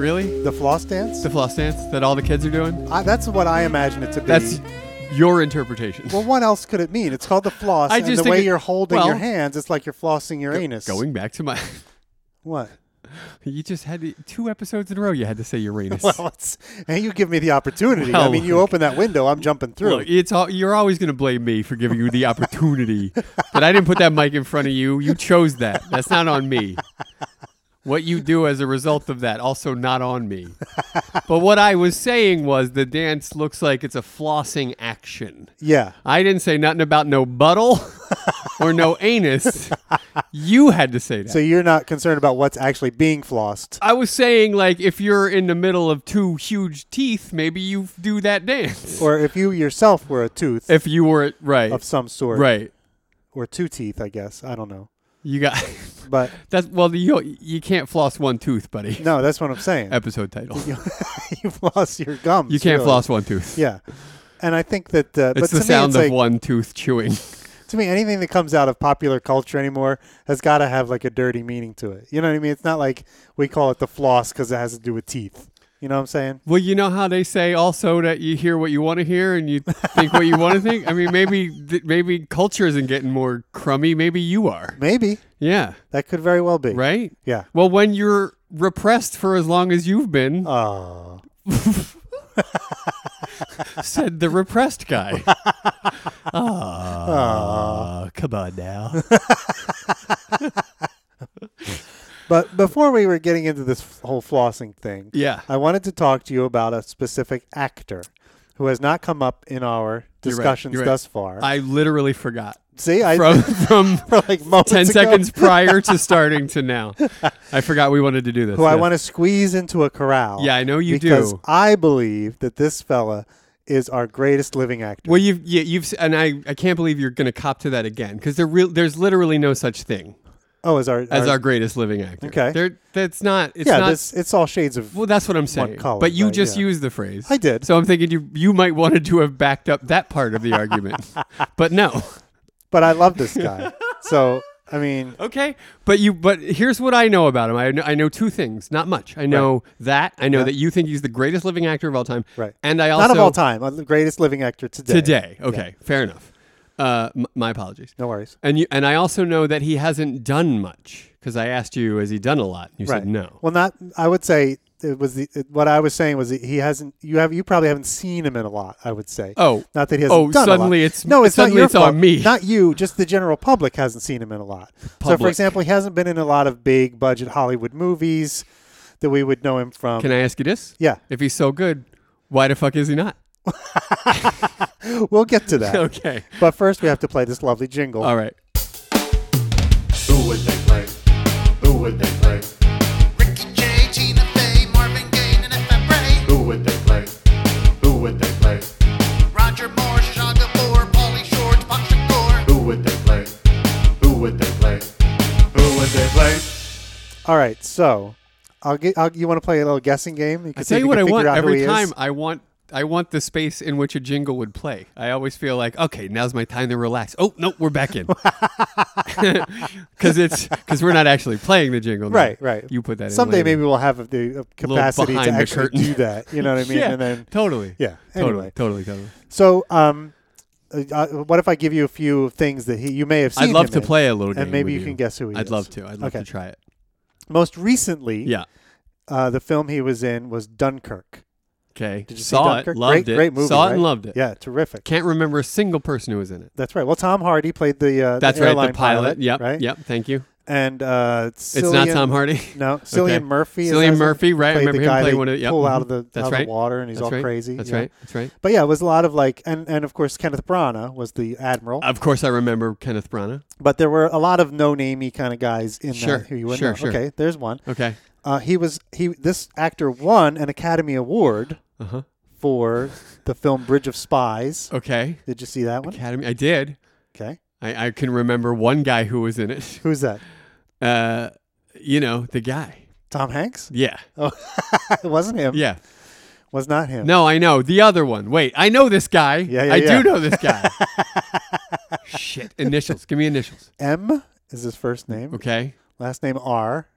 floss dance? The floss dance that all the kids are doing? I, that's what I imagine it to be. That's your interpretation. well, what else could it mean? It's called the floss. I and just the think way it- you're holding your well- hands, it's like you're flossing your anus. Going back to my. What? You just had to- two episodes in a row. You had to say Uranus. Well, it's, hey, you give me the opportunity. I Well, mean, you open that window, I'm jumping through. Look, it's all, you're always going to blame me for giving you the opportunity that I didn't put that mic in front of you. You chose that. That's not on me. What you do as a result of that also not on me. But what I was saying was the dance looks like it's a flossing action. yeah. I didn't say nothing about no buttle or no anus. You had to say that. So you're not concerned about what's actually being flossed. I was saying like if you're in the middle of two huge teeth, maybe you do that dance. Or if you yourself were a tooth If you were right, of some sort. right, Or two teeth, I guess. I don't know. you got But that's well you you can't floss one tooth, buddy. no, that's what I'm saying. Episode title. you, you floss your gums. You can't really. floss one tooth. Yeah. And I think that uh, but It's to the sound me, of it's like, one tooth chewing. to me anything that comes out of popular culture anymore has got to have like a dirty meaning to it. You know what I mean? It's not like we call it the floss because it has to do with teeth. You know what I'm saying? Well, you know how they say also that you hear what you want to hear and you think what you want to think. I mean, maybe th- maybe culture isn't getting more crummy. Maybe you are. Maybe Yeah. that could very well be. Right. Yeah. Well, when you're repressed for as long as you've been, Oh. said the repressed guy. Ah, come on now. But before we were getting into this f- whole flossing thing, Yeah. I wanted to talk to you about a specific actor who has not come up in our right, discussions you're right. thus far. I literally forgot See, I from from for like moments ten ago, seconds prior to starting to now. I forgot we wanted to do this. who I Yes. want to squeeze into a corral. Yeah, I know you because do. I believe that this fella is our greatest living actor. Well, you've yeah, you've s- and I I can't believe you're going to cop to that again because there real there's literally no such thing oh, as our as our- our greatest living actor. Okay. there that's not it's yeah, not. this it's all shades of. well, that's what I'm saying. color, but you right, just yeah. used the phrase. I did. So I'm thinking you you might wanted to have backed up that part of the argument, but no. But I love this guy. so I mean, Okay, but you but here's what I know about him. I know, I know two things, not much. I know that I know Yeah. that you think he's the greatest living actor of all time. Right. And I also not of all time, uh, the greatest living actor today. today. Okay, fair enough. Uh, m- my apologies. No worries. And you and I also know that he hasn't done much because I asked you, has he done a lot? You said no. Well, not. I would say it was the it, what I was saying was that he hasn't. You have you probably haven't seen him in a lot. I would say. Oh. Not that he hasn't Oh, done suddenly a lot. it's- no, it's suddenly not your it's on fault. me. Not you, just the general public hasn't seen him in a lot. So, for Public. example, he hasn't been in a lot of big budget Hollywood movies that we would know him from. Can I ask you this? yeah, If he's so good, why the fuck is he not? we'll get to that. Okay. But first, we have to play this lovely jingle. All right. Who would they play? Who would they play? Ricky Jay, Tina Fey, Marvin Gaye, and FM Ray, Who would they play? Who would they play? Roger Moore, Shah Gabor, Pauly Shore, Tupac Shakur. Who would they play? Who would they play? Who would they play? All right. So, I'll get. I'll, you want to play a little guessing game? You can I see tell if you you what I can figure want out who every he is. time. I want I want the space in which a jingle would play. I always feel like okay, now's my time to relax. Oh no, we're back in because it's because we're not actually playing the jingle. now. Right, right. You put that in Someday later. maybe we'll have the uh, capacity to behind the actually curtain. do that. You know what I mean? yeah, And then totally. yeah. Totally, Anyway, totally, totally. so um, uh, uh, what if I give you a few things that he you may have seen? I'd love him to in? play a little game. and maybe with you can guess who he I'd is. love to. I'd love Okay. to try it. Most recently, Yeah. uh, the film he was in was Dunkirk. Okay. Did you see Saw it. Dunkirk? Loved Great- it. great movie, Saw it right? and loved it. Yeah, terrific. Can't remember a single person who was in it. That's right. Well, Tom Hardy played the uh, That's the right. airline The pilot. Yep. Right. Yep. Thank you. And uh, It's not Tom Hardy. No, Cillian Murphy. is Cillian his name. Murphy, right? I Played remember the him guy playing they one of- yep, pull out mhm. of the That's out of right. the water, and he's all right. crazy. That's yeah. right. That's right. But yeah, it was a lot of like, and and of course Kenneth Branagh was the admiral. Of course, I remember Kenneth Branagh. But there were a lot of no-namey kind of guys in Sure, that who you wouldn't sure, know. sure. Okay, there's one. Okay. Uh, he was he. This actor won an Academy Award Uh-huh. for the film Bridge of Spies. Okay. Did you see that one? Academy. I did. Okay, I, I can remember one guy who was in it. who's that? Uh, you know, the guy. Tom Hanks? Yeah. Oh, it wasn't him. Yeah. Was not him. No, I know. The other one. Wait, I know this guy. Yeah, yeah, I yeah. do know this guy. Shit. Initials. Give me initials. M is his first name. Okay. Last name R.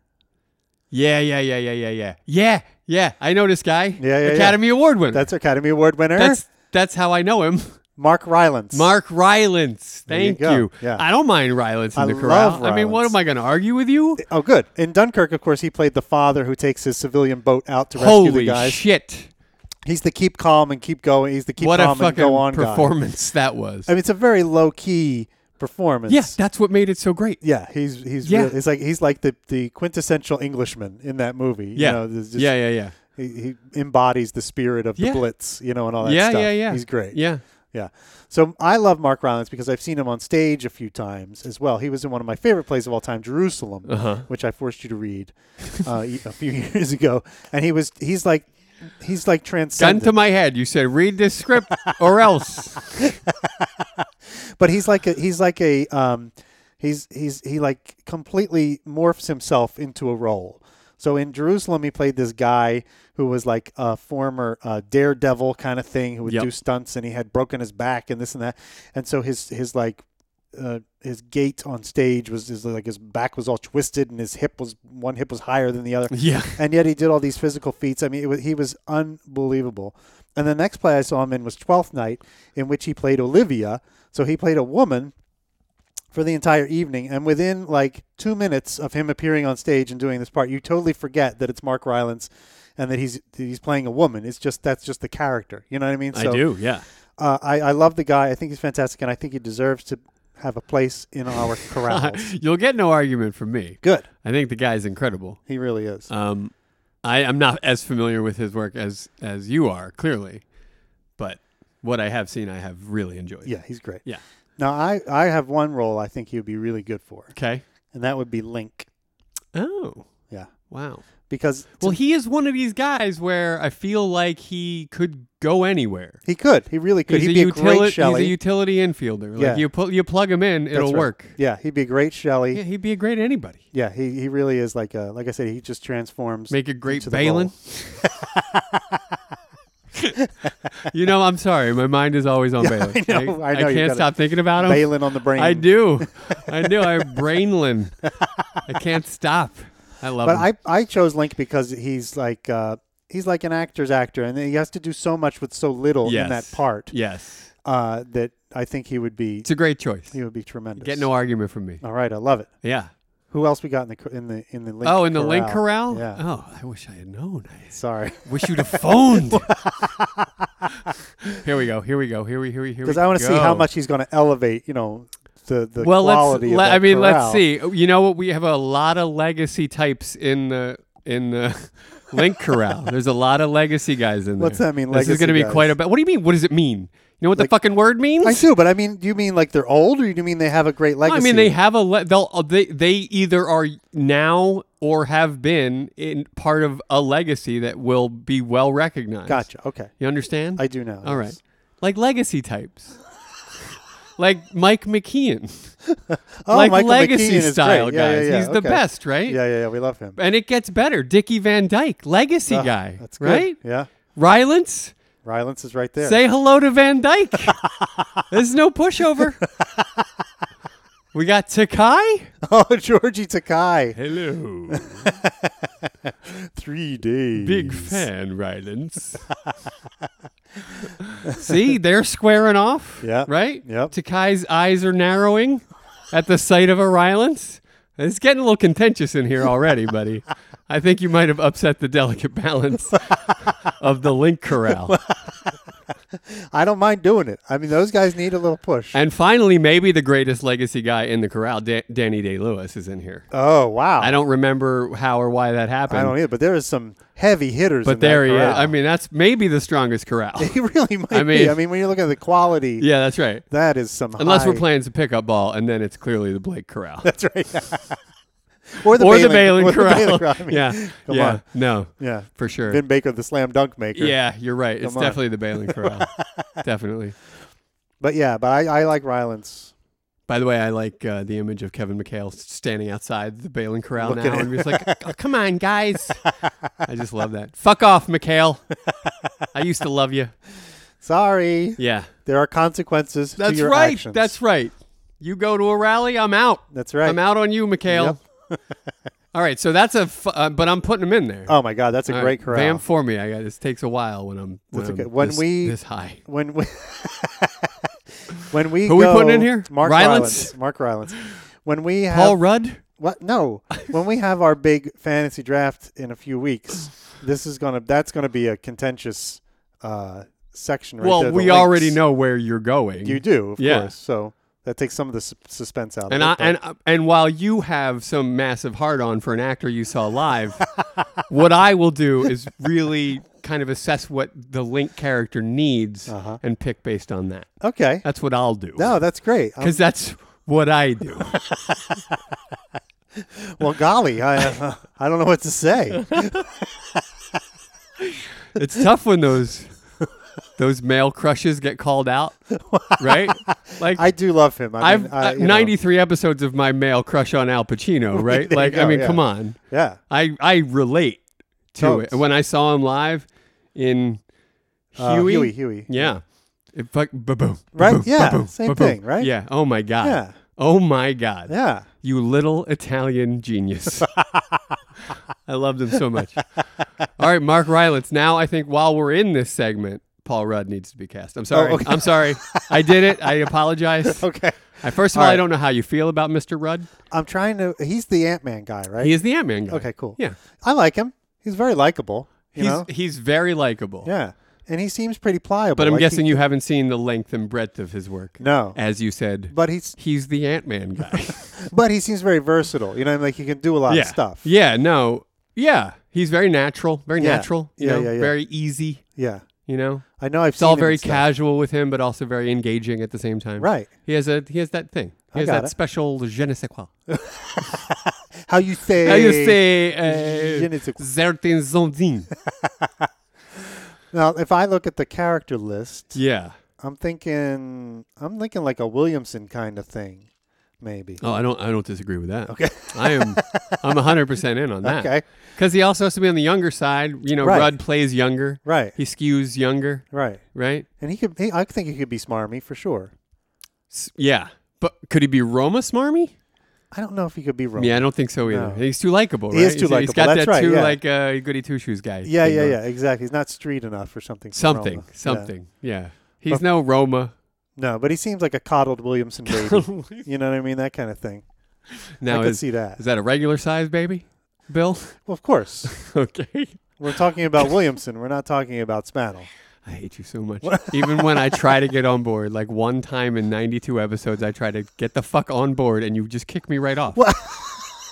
Yeah, yeah, yeah, yeah, yeah, yeah. Yeah. Yeah, I know this guy. Yeah, yeah, yeah. Academy Award winner. That's Academy Award winner. that's that's how I know him. Mark Rylance. Mark Rylance. you Thank you. go. Yeah. I don't mind Rylance in I the corral. love I mean, what Rylance. am I going to argue with you? Oh, good. In Dunkirk, of course, he played the father who takes his civilian boat out to rescue the Holy guys. shit! He's the keep calm and keep going. He's the keep What a calm and fucking go on guy. performance that was. I mean, it's a very low key performance. yeah, that's what made it so great. Yeah, he's he's Yeah. real- it's like he's like the, the quintessential Englishman in that movie. You Yeah. know, there's just- yeah, yeah, yeah. He, he embodies the spirit of the Yeah. Blitz, you know, and all that Yeah, stuff. yeah, yeah. He's great. Yeah. yeah. So I love Mark Rylance because I've seen him on stage a few times as well. He was in one of my favorite plays of all time, Jerusalem, Uh-huh. which I forced you to read uh, y- a few years ago, and he was he's like he's like Gun transcendent. to my head. You said, read this script or else. but he's like a he's like a um he's he's he like completely morphs himself into a role so in jerusalem he played this guy who was like a former uh, daredevil kind of thing who would Yep. do stunts and he had broken his back and this and that and so his his like uh, his gait on stage was his, like his back was all twisted and his hip was one hip was higher than the other Yeah. and yet he did all these physical feats. I mean, it was, he was unbelievable. And the next play I saw him in was Twelfth Night, in which he played Olivia. So he played a woman for the entire evening, and within like two minutes of him appearing on stage and doing this part, you totally forget that it's Mark Rylance and that he's that he's playing a woman. It's just that's just the character. You know what I mean? So, Yeah. Uh, I I love the guy. I think he's fantastic, and I think he deserves to have a place in our corrals. Uh, You'll get no argument from me. Good. I think the guy's incredible. He really is. Um, I, I'm not as familiar with his work as as you are, clearly, but what I have seen, I have really enjoyed. yeah, he's great. Yeah. Now I, I have one role I think he would be really good for, Okay. and that would be Link. Oh. Yeah, Wow. because Well, he is one of these guys where I feel like he could go anywhere. he could, he really could. He's, he'd a, be a utili- great Shelley. he's a utility infielder. Like Yeah. you pl- you plug him in, That's it'll right. work. Yeah, he'd be a great Shelley. Yeah, Yeah, he'd be a great anybody. he, he really is like a like I said, he just transforms. Make a great into the Balin. role. you know, I'm sorry. My mind is always on Balin. I know, I know, you can't gotta- stop thinking about him. Balin on the brain. I do. I do. I'm brainlin. I can't stop. I love But him. I I chose Link because he's like uh, he's like an actor's actor, and he has to do so much with so little yes. in that part Yes. uh, that I think he would be It's a great choice. he would be tremendous. Get no argument from me. All right, I love it. Yeah. Who else we got in the cor- in the in the Link oh, in the link corral? Yeah. Oh, I wish I had known. I Sorry. wish you'd have phoned. here we go. Here we go. Here we here we here we because I want to see go. how much he's going to elevate. You know, the the well, let's. quality. of le- that I mean, corral. let's see. You know what? We have a lot of legacy types in the in the Link Corral. There's a lot of legacy guys in there. What's that mean, This is legacy going to be guys? quite a. bit. What do you mean? What does it mean? You know what the fucking word means? I do, but I mean, do you mean like they're old, or do you mean they have a great legacy? I mean, they have a. Le- they'll. uh, They they either are now or have been in part of a legacy that will be well recognized. Gotcha. Okay, You understand? I do now. All right. yes. Like legacy types. like Mike McKeon. Oh, like Michael McKeon legacy is great. style Yeah, yeah, guys. yeah, He's the okay. best, right? Yeah, yeah, yeah. We love him. And it gets better. Dickie Van Dyke, legacy Ah, guy. That's good. right? Yeah, Rylance, Rylance is right there. say hello to Van Dyke. There's no pushover. we got Takai. oh, Georgie Takai. Hello. Three days. Big fan, Rylance. See, they're squaring off. Yeah. Right? Yep. Takai's eyes are narrowing at the sight of a Rylance. It's getting a little contentious in here already, buddy. I think you might have upset the delicate balance of the link corral. I don't mind doing it. I mean, those guys need a little push. And finally, maybe the greatest legacy guy in the corral, da- Danny Day Lewis, is in here. oh wow. I don't remember how or why that happened. I don't either. But there is some heavy hitters. but in that there he is. corral. I mean, that's maybe the strongest corral. he really might I be. mean- I mean, when you look at the quality, yeah, that's right. that is some. Unless we're high- playing some pickup ball, and then it's clearly the Blake Corral That's right. or the or Balin, the Balin or the Corral. Balin I mean, yeah, come yeah, on. no, yeah. for sure. Vin Baker, the slam dunk maker. yeah, you're right. It's Come on. definitely the Balin Corral. definitely. but yeah, but I, I like Rylance. By the way, I like uh, the image of Kevin McHale s- standing outside the Balin Corral Looking now, at- and he's like, "Oh, "Come on, guys!" I just love that. Fuck off, McHale. I used to love you. Sorry, Yeah, there are consequences to that's your right. actions. That's right. You go to a rally, I'm out. That's right. I'm out on you, McHale. Yep. All All right, so that's a. F- uh, but I'm putting them in there. Oh my God, that's a All great right, corral. Bam for me. I got this. Takes a while when I'm when, That's I'm okay. When this, we- this high. when we when we Who we go- putting in here? Mark Rylance? Rylance. Mark Rylance. When we have Paul Rudd. what? No, when we have our big fantasy draft in a few weeks, this is gonna that's gonna be a contentious uh, section. Right well, there, the we links. already know where you're going. you do, of Mm. Yeah. course. So that takes some of the sus- suspense out. And of I, it, but- and and while you have some massive hard on for an actor you saw live, what I will do is really kind of assess what the Link character needs and pick based on that. okay, That's what I'll do. Uh-huh. no, that's great. Um, I'm- because that's what I do. well, golly, I uh, I don't know what to say. it's tough when those those male crushes get called out, right? Like I do love him. I I've mean, I- uh, you know, 93 episodes of my male crush on Al Pacino, right? There you like I go, mean, yeah. Oh, come on. Yeah, I I relate to Totes. it. When I saw him live in Uh, Huey, Huey, Huey. yeah, it fuck ba boom, Right? Yeah, same thing, right? Yeah. Oh my god. Yeah. Oh my god. yeah. You little Italian genius. I loved him so much. All right, Mark Rylance. Now I think while we're in this segment, Paul Rudd needs to be cast. I'm sorry. Oh, okay. I'm sorry. I did it. I apologize. Okay. I, first of all, All right. I don't know how you feel about Mr. Rudd. I'm trying to. He's the Ant Man guy, right? He is the Ant Man guy. okay, cool. Yeah. I like him. He's very likable. You He's know? he's very likable. Yeah, and he seems pretty pliable. But I'm Like, guessing he- you haven't seen the length and breadth of his work. No. As you said, But he's he's the Ant Man guy. but he seems very versatile. You know, like he can do a lot yeah. of stuff. Yeah, no. Yeah. He's very natural. Very Yeah. natural. You Yeah, know, yeah, yeah. Very easy. Yeah. You know? I know. I've It's seen all him very and stuff. casual with him, but also very engaging at the same time. Right. He has a he has that thing. He I has got that it. special je ne sais quoi. How you say? How you say uh, je ne sais quoi. certain zondin. Now, if I look at the character list, yeah. I'm thinking I'm thinking like a Williamson kind of thing, maybe. Oh, I don't I don't disagree with that. Okay. I am I'm 100% in on that. Okay. Cuz he also has to be on the younger side, you know, Right. Rudd plays younger. Right. He skews younger, right. right? And he could. He, I think he could be smarmy for sure. S- yeah. But could he be Roma smarmy? I don't know if he could be wrong. Yeah, I don't think so either. No. He's too likable, right? He is too He's likable. got That's that right, too yeah. like uh, goody two shoes guy. Yeah, thing yeah, going yeah, exactly. He's not street enough or something. from Something, Roma. Yeah. something. Yeah. He's no Roma. No, but he seems like a coddled Williamson baby. you know what I mean? That kind of thing. Now I could is, see that. is that a regular size baby, Bill? Well, of course. okay. We're talking about Williamson. We're not talking about Spattle. I hate you so much. Even when I try to get on board, like one time in 92 episodes, I try to get the fuck on board and you just kick me right off. What?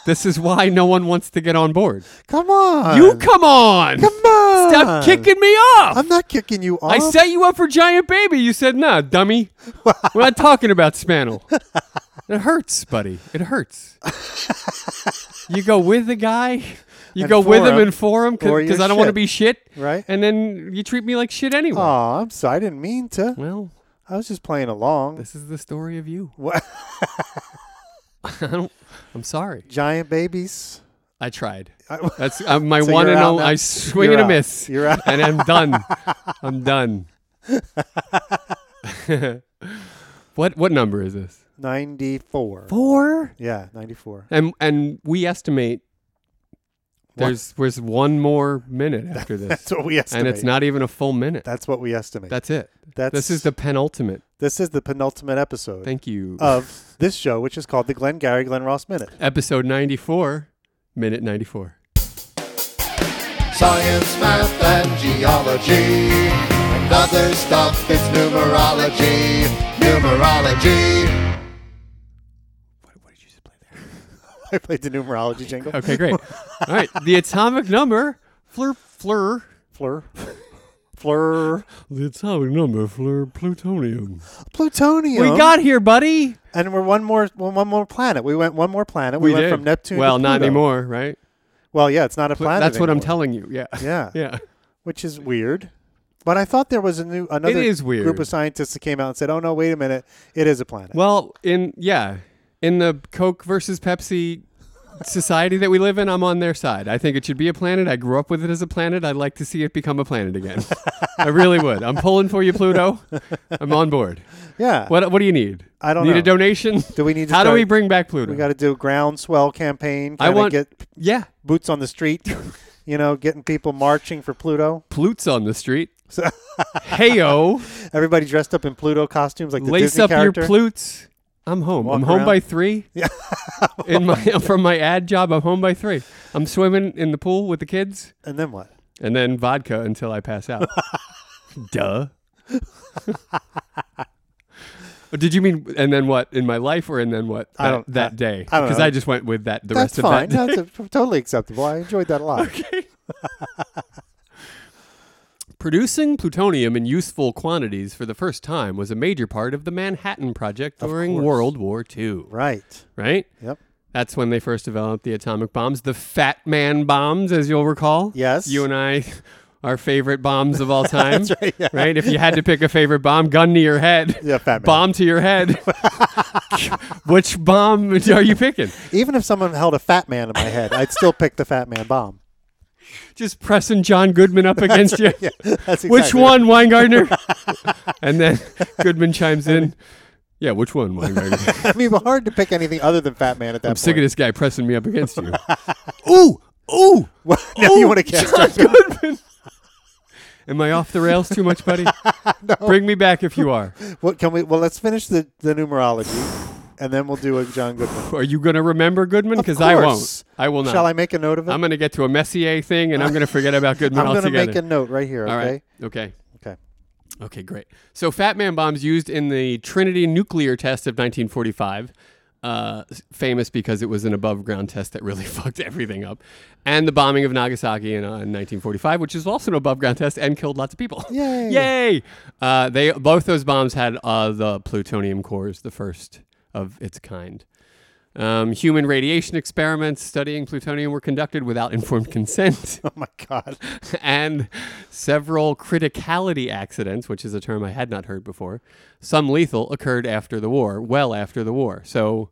This is why no one wants to get on board. Come on. you come on. Come on. Stop kicking me off. I'm not kicking you off. I set you up for giant baby. You said nah, dummy. We're not talking about Spanel. It hurts, buddy. It hurts. you go with the guy. You And go with for him him, and for him or you're because I don't want to shit. be shit. Right. And then you treat me like shit anyway. Oh, I'm sorry. I didn't mean to. Well, I was just playing along. this is the story of you. What? I don't, I'm sorry. Giant babies. I tried. I- That's uh, my So one you're and out only. now? I swing You're and a out. miss. You're out. And I'm done. I'm done. what what number is this? 94. Four. Yeah, 94. And and we estimate there's there's one more minute after this, That's what we estimate. and it's not even a full minute. That's what we estimate. That's it. That's Oh. This is the penultimate. this is the penultimate episode Thank you. of this show, which is called the Glenn Gary Glenn Ross Minute. Episode ninety four, minute ninety four. Science, math, and geology. And other stuff, it's numerology. Numerology. What did you just play there? I played the Oh numerology jingle. Okay, great. All right, the atomic number, fleur, fleur. Fleur. Fleur. The atomic number, fleur, plutonium. Plutonium. We got here, buddy. and we're one more one one more planet. We went one more planet. We, went from Neptune. Well, to not Pluto. anymore, right? Well, yeah, it's not a Pl- planet. That's what I'm anymore, telling you. Yeah. Yeah. yeah. which is weird. But I thought there was a new another It is weird. group of scientists that came out and said, "Oh no, wait a minute, it is a planet." Well, in yeah, in the Coke versus Pepsi society that we live in, I'm on their side. I think it should be a planet. I grew up with it as a planet. I'd like to see it become a planet again. I really would. I'm pulling for you, Pluto. I'm on board. Yeah. What What do you need? I don't need know. a donation. Do we need to How do start- we bring back Pluto? We got to do a groundswell campaign. I kinda want- get yeah, boots on the street. you know, getting people marching for Pluto. Plute's on the street. Heyo, Everybody dressed up in Pluto costumes, like the lace Disney up character. your Plutes. I'm home. I'm Walk home by around. three. Yeah. in my from my ad job, I'm home by three. I'm swimming in the pool with the kids. and then what? and then vodka until I pass out. Duh. Oh, Did you mean and then what in my life or and then what that, I don't- that I- day? I don't Because know. I just went with that the That's rest fine. of that. No, That's a- totally acceptable. I enjoyed that a lot. Producing plutonium in useful quantities for the first time was a major part of the Manhattan Project during course. World War II. Right. Right? Yep. That's when they first developed the atomic bombs, the Fat Man bombs, as you'll recall. Yes. You and I, our favorite bombs of all time. right, If you had to pick a favorite bomb, gun to your head. Yeah, Fat Man. Bomb to your head. Which bomb are you picking? Even if someone held a fat man in my head, I'd still pick the fat man bomb. Just pressing John Goodman up against you. That's exactly Which one, Weingartner? and then Goodman chimes in. Yeah, which one, Weingartner? I mean, but hard to pick anything other than fat man at that I'm point. sick of this guy pressing me up against you. ooh, ooh. now you want to cast Oh, John Goodman. Am I off the rails too much, buddy? Bring me back if you are. What can we? Well, let's finish the, the numerology, and then we'll do a John Goodman. Are you going to remember Goodman? Of Because I won't. course. I will not. Shall I make a note of it? I'm going to get to a Messier thing, and I'm going to forget about Goodman I'm gonna altogether. make a note right here. Okay. All right. Okay. Okay. Okay, great. So, Fat Man bombs used in the Trinity nuclear test of 1945, uh, famous because it was an above ground test that really fucked everything up, and the bombing of Nagasaki in, uh, in 1945, which is also an above ground test and killed lots of people. Yay. Yay! Uh, they both those bombs had uh, the plutonium cores, the first of its kind. Um, human radiation experiments studying plutonium were conducted without informed consent Oh my God. and several criticality accidents, which is a term I had not heard before, some lethal, occurred after the war, well after the war. So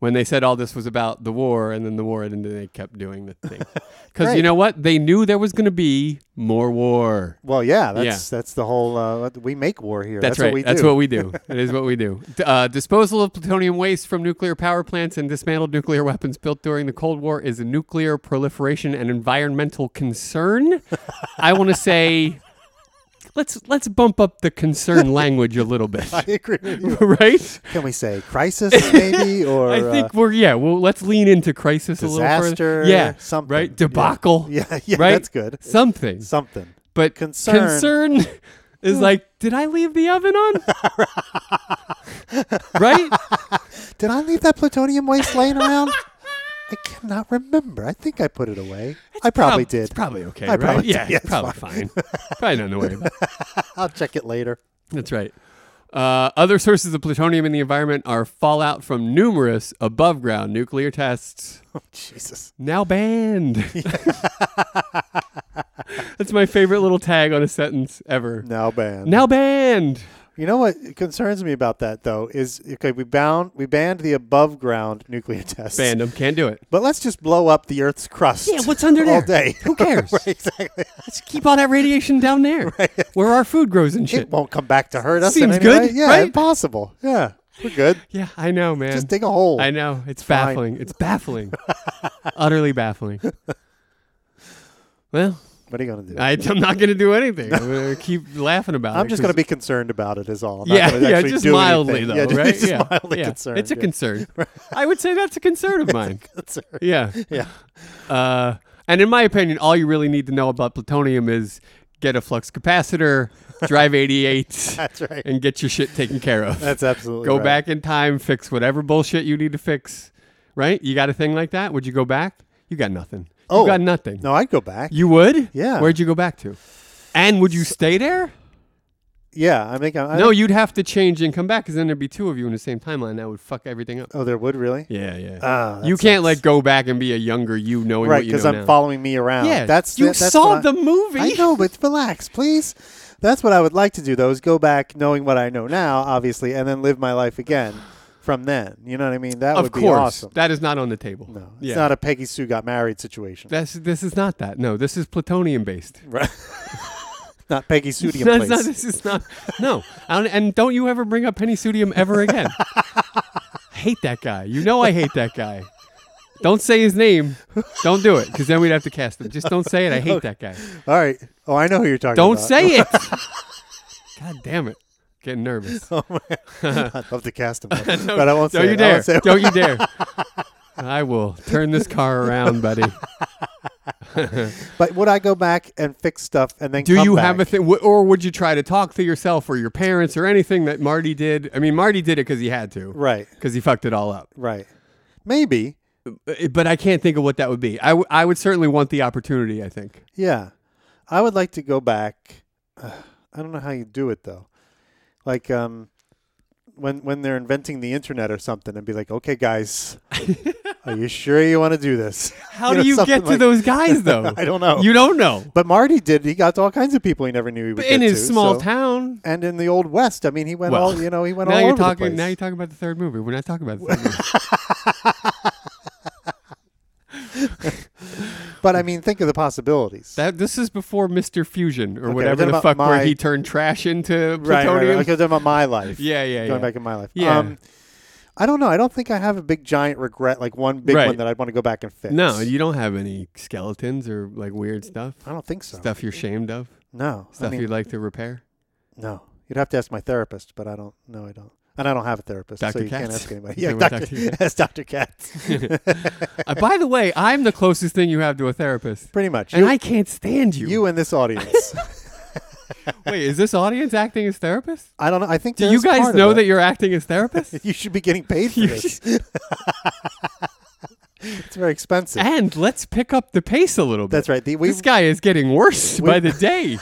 when they said all this was about the war and then the war ended, they kept doing the thing. Because you Great. know what? They knew there was going to be more war. Well, yeah. That's that's the whole. Uh, we make war here. That's, That's, right. What we That's do. what we do. it is what we do. D- Uh, disposal of plutonium waste from nuclear power plants and dismantled nuclear weapons built during the Cold War is a nuclear proliferation and environmental concern. I want to say, let's let's bump up the concern language a little bit, I agree. With you. right? Can we say crisis maybe or I uh, think we're yeah. Well, let's lean into crisis a little Disaster, further. Yeah, something. right? Yeah. Debacle. yeah, yeah. right? That's good. Something. Something. But Concern. concern Hmm. is like, did I leave the oven on? right? Did I leave that plutonium waste laying around? I cannot remember. I think I put it away. I probably Prob- did. It's probably okay, I right? probably yeah, did. Yeah, it's it's probably fine. probably nothing to worry about. I'll check it later. That's right. Uh, other sources of plutonium in the environment are fallout from numerous above ground nuclear tests, Oh, Jesus. now banned. That's my favorite little tag on a sentence ever. Now banned. Now banned. You know what concerns me about that though is okay, we bound we banned the above ground nuclear tests. Banned them. Can't do it. But let's just blow up the Earth's crust. Yeah, what's under there? all day? Who cares? Right, exactly. Let's keep all that radiation down there where our food grows and shit. It won't come back to hurt us. in Seems any good, way. Yeah, right? impossible. Yeah, we're good. Yeah, I know, man. Just dig a hole. I know. It's Fine. baffling. It's baffling. Utterly baffling. Well, What are you gonna do? I, I'm not going to do anything. I'm going to keep laughing about it. I'm just 'cause- gonna be concerned about it. Is all. I'm yeah, not gonna yeah, actually just do mildly anything. though, yeah, just, right? just yeah, mildly yeah. concerned. It's a yeah. concern. I would say that's a concern of mine. Concern. Yeah, Yeah. uh, and in my opinion, all you really need to know about plutonium is get a flux capacitor, drive 88, That's right. and get your shit taken care of. That's absolutely. go right. back in time, fix whatever bullshit you need to fix. Right? You got a thing like that? Would you go back? You got nothing. Oh. you got nothing. No, I'd go back. You would? Yeah. Where'd you go back to? And would you stay there? yeah, I think. I, I no, Think, you'd have to change and come back because then there'd be two of you in the same timeline. That would fuck everything up. oh, there would really. Yeah, yeah. Ah, that you can't sucks. like go back and be a younger you knowing right what you know because I'm now. following me around. Yeah, that's you that- that's saw what I- the movie. I know, but relax, please. That's what I would like to do, though, is go back knowing what I know now, obviously, and then live my life again. from then. You know what I mean? That of would be course, awesome. that is not on the table. no, it's not a Peggy Sue got married situation. That's this is not that. No, this is plutonium based. Right. not Peggy Sudium No, place. it's not, this is not. No, I don't, and don't you ever bring up Penny Sudium ever again. hate that guy. You know I hate that guy. Don't say his name. Don't do it, because then we'd have to cast him. Just don't say it. I hate that guy. All right. Oh, I know who you're talking Don't about. say it. God damn it. Getting nervous. I'd love to cast him, though, but I won't say Don't you it. I dare. won't say it. Don't you dare. I will turn this car around, buddy. But would I go back and fix stuff and then? Do come you back? have a thing, or would you try to talk to yourself or your parents or anything that Marty did? I mean, Marty did it because he had to, Right. Because he fucked it all up. Right. Maybe. Uh, But I can't think of what that would be. I, w- I would certainly want the opportunity. I think Yeah. I would like to go back. Ugh, I don't know how you do it though. Like um when when they're inventing the internet or something and be like, "Okay guys, are you sure you want to do this?" how know, do you something get to like- those guys though? I don't know. You don't know. But Marty did. He got to all kinds of people he never knew he would in get his to, small so- town. And in the old west, I mean, he went Well, all you know, he went now all you're over talking. the place. Now you're talking about the third movie. We're not talking about the third movie. but I mean, think of the possibilities. That this is before Mister Fusion or we're whatever the talking about fuck where my- he turned trash into plutonium. right, right, right. Because I'm about my life. Yeah, yeah, going yeah. back in my life. Yeah. Um, I don't know. I don't think I have a big giant regret, like one big Right. one that I'd want to go back and fix. No, you don't have any skeletons or like weird stuff. I don't think so. Stuff you're ashamed of. No. Stuff I mean, you'd like to repair. no. You'd have to ask my therapist, but I don't. No, I don't. And I don't have a therapist, so Dr. you can't Katz? ask anybody. You Yeah, talking about Dr. Dr. That's Dr. Katz. Uh, by the way, I'm the closest thing you have to a therapist, Pretty much. and You, I can't stand you. you and this audience. Wait, is this audience acting as therapists? I don't know. I think Do you guys know that you're acting as therapists? you should be getting paid for this. it's very expensive. and let's pick up the pace a little bit. That's right. The, we, this guy is getting worse by the day.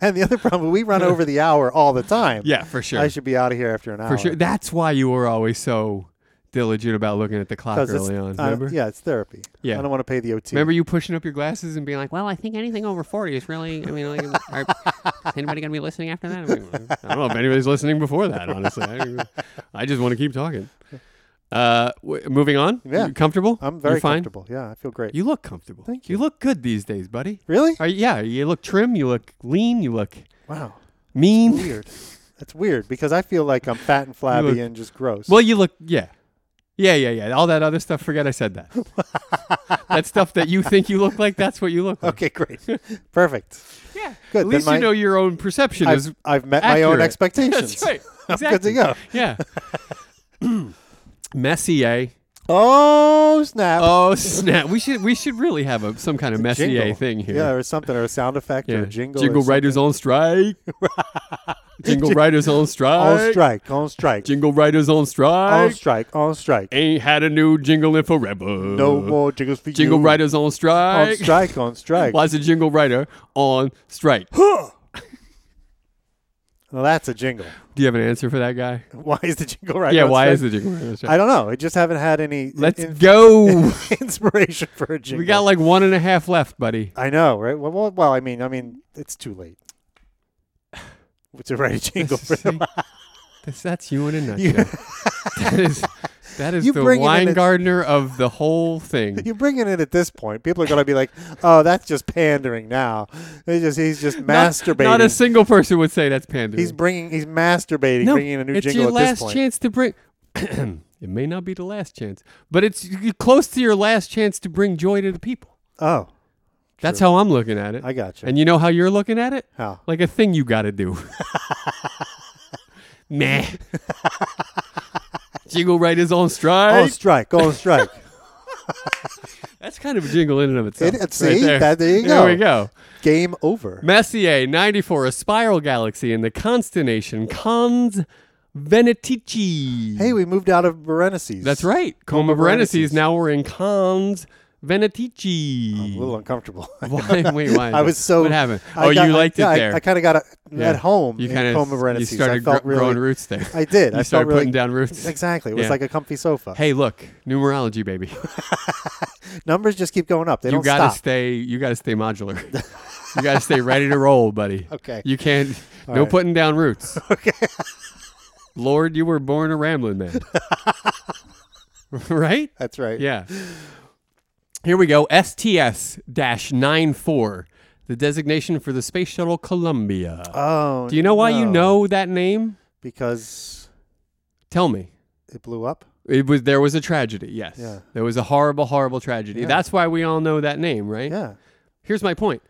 and the other problem, we run over the hour all the time. yeah, for sure. I should be out of here after an hour. for sure. That's why you were always so diligent about looking at the clock 'Cause early it's- on. I- Remember? yeah, it's therapy. Yeah. I don't want to pay the OT. Remember you pushing up your glasses and being like, "Well, I think anything over forty is really." I mean, like, are, is anybody gonna be listening after that? I, mean, I don't know if anybody's listening before that. Honestly, I, I just want to keep talking. Uh, w- moving on. Yeah. You comfortable. I'm You very fine? comfortable. Yeah, I feel great. You look comfortable. Thank You look good these days, buddy. really? Are, yeah, you look trim. You look lean. You look Wow. mean. Weird. That's weird because I feel like I'm fat and flabby look- and just gross. Well, you look yeah. Yeah, yeah, yeah. All that other stuff, forget I said that. that stuff that you think you look like, that's what you look like. okay, great. Perfect. Yeah. Good, At then least my- you know your own perception is I've, I've met my own accurate. expectations. That's right. Exactly. Good to go. Yeah. Messier. Oh, snap. Oh snap! We should we should really have a, some kind of Messier Jingle. thing here. Yeah, or something, or a sound effect, or a jingle. or writers on strike. jingle writers on something. strike. On strike, on strike, Jingle writers on strike. on strike, on strike. Ain't had a new jingle in forever. No more jingles for Jingle you. writers on strike. on strike, on strike. Why is a jingle writer on strike? Well, that's a jingle. Do you have an answer for that guy? Why is the jingle right? yeah. on Why strike? is the jingle writer on strike? I don't know. I just haven't had any Let's in- go. inspiration for a jingle. we got like one and a half left, buddy. I know, right? Well, well, well, I mean, I mean, it's too late to write a jingle for them. See? This- that's you in a You- nutshell. that is that is You the bring it in a- Weingartner of the whole thing. You're bringing it at this point. People are going to be like, "Oh, that's just pandering." Now, They just he's just Not- masturbating. Not a single person would say that's pandering. he's bringing, he's masturbating, no, bringing in a new it's jingle your at last this point. chance to bring. it may not be the last chance, but it's y- close to your last chance to bring joy to the people. Oh, That's how I'm looking at it. I got you. And you know how you're looking at it? How? Like a thing you got to do. Meh. jingle writers on Oh, strike. strike! Oh, strike! That's kind of a jingle in and of itself. It- right see? there. That- there you There go. we go. Game over. Messier 94, a spiral galaxy in the constellation Cons Venatici. Hey, we moved out of Berenices. That's right. Coma Berenices. Berenices. Now we're in Cons A Venatici. little uncomfortable. Why? Wait, why? I was so. What happened? I oh, got- you liked I, yeah, it I- there. I, kind of got a, Yeah. at home You in kinda- Coma You Berenices. I started felt gr- really, growing roots there. I did. You I felt started really putting down roots. Exactly. It was Yeah. like a comfy sofa. Hey, look, numerology, baby. Numbers just keep going up. They you don't gotta stop. stay. You gotta stay modular. you gotta stay ready to roll, buddy. Okay. You can't. no right. putting down roots. Okay. Lord, you were born a rambling man. right? That's right. Yeah. Here we go. STS 94, the designation for the Space Shuttle Columbia. Oh. Do you know why you no. know that name? Because Tell me. it blew up. It was there was a tragedy. Yes, Yeah. there was a horrible, horrible tragedy. That's why we all know that name, right? Yeah. Here's my point: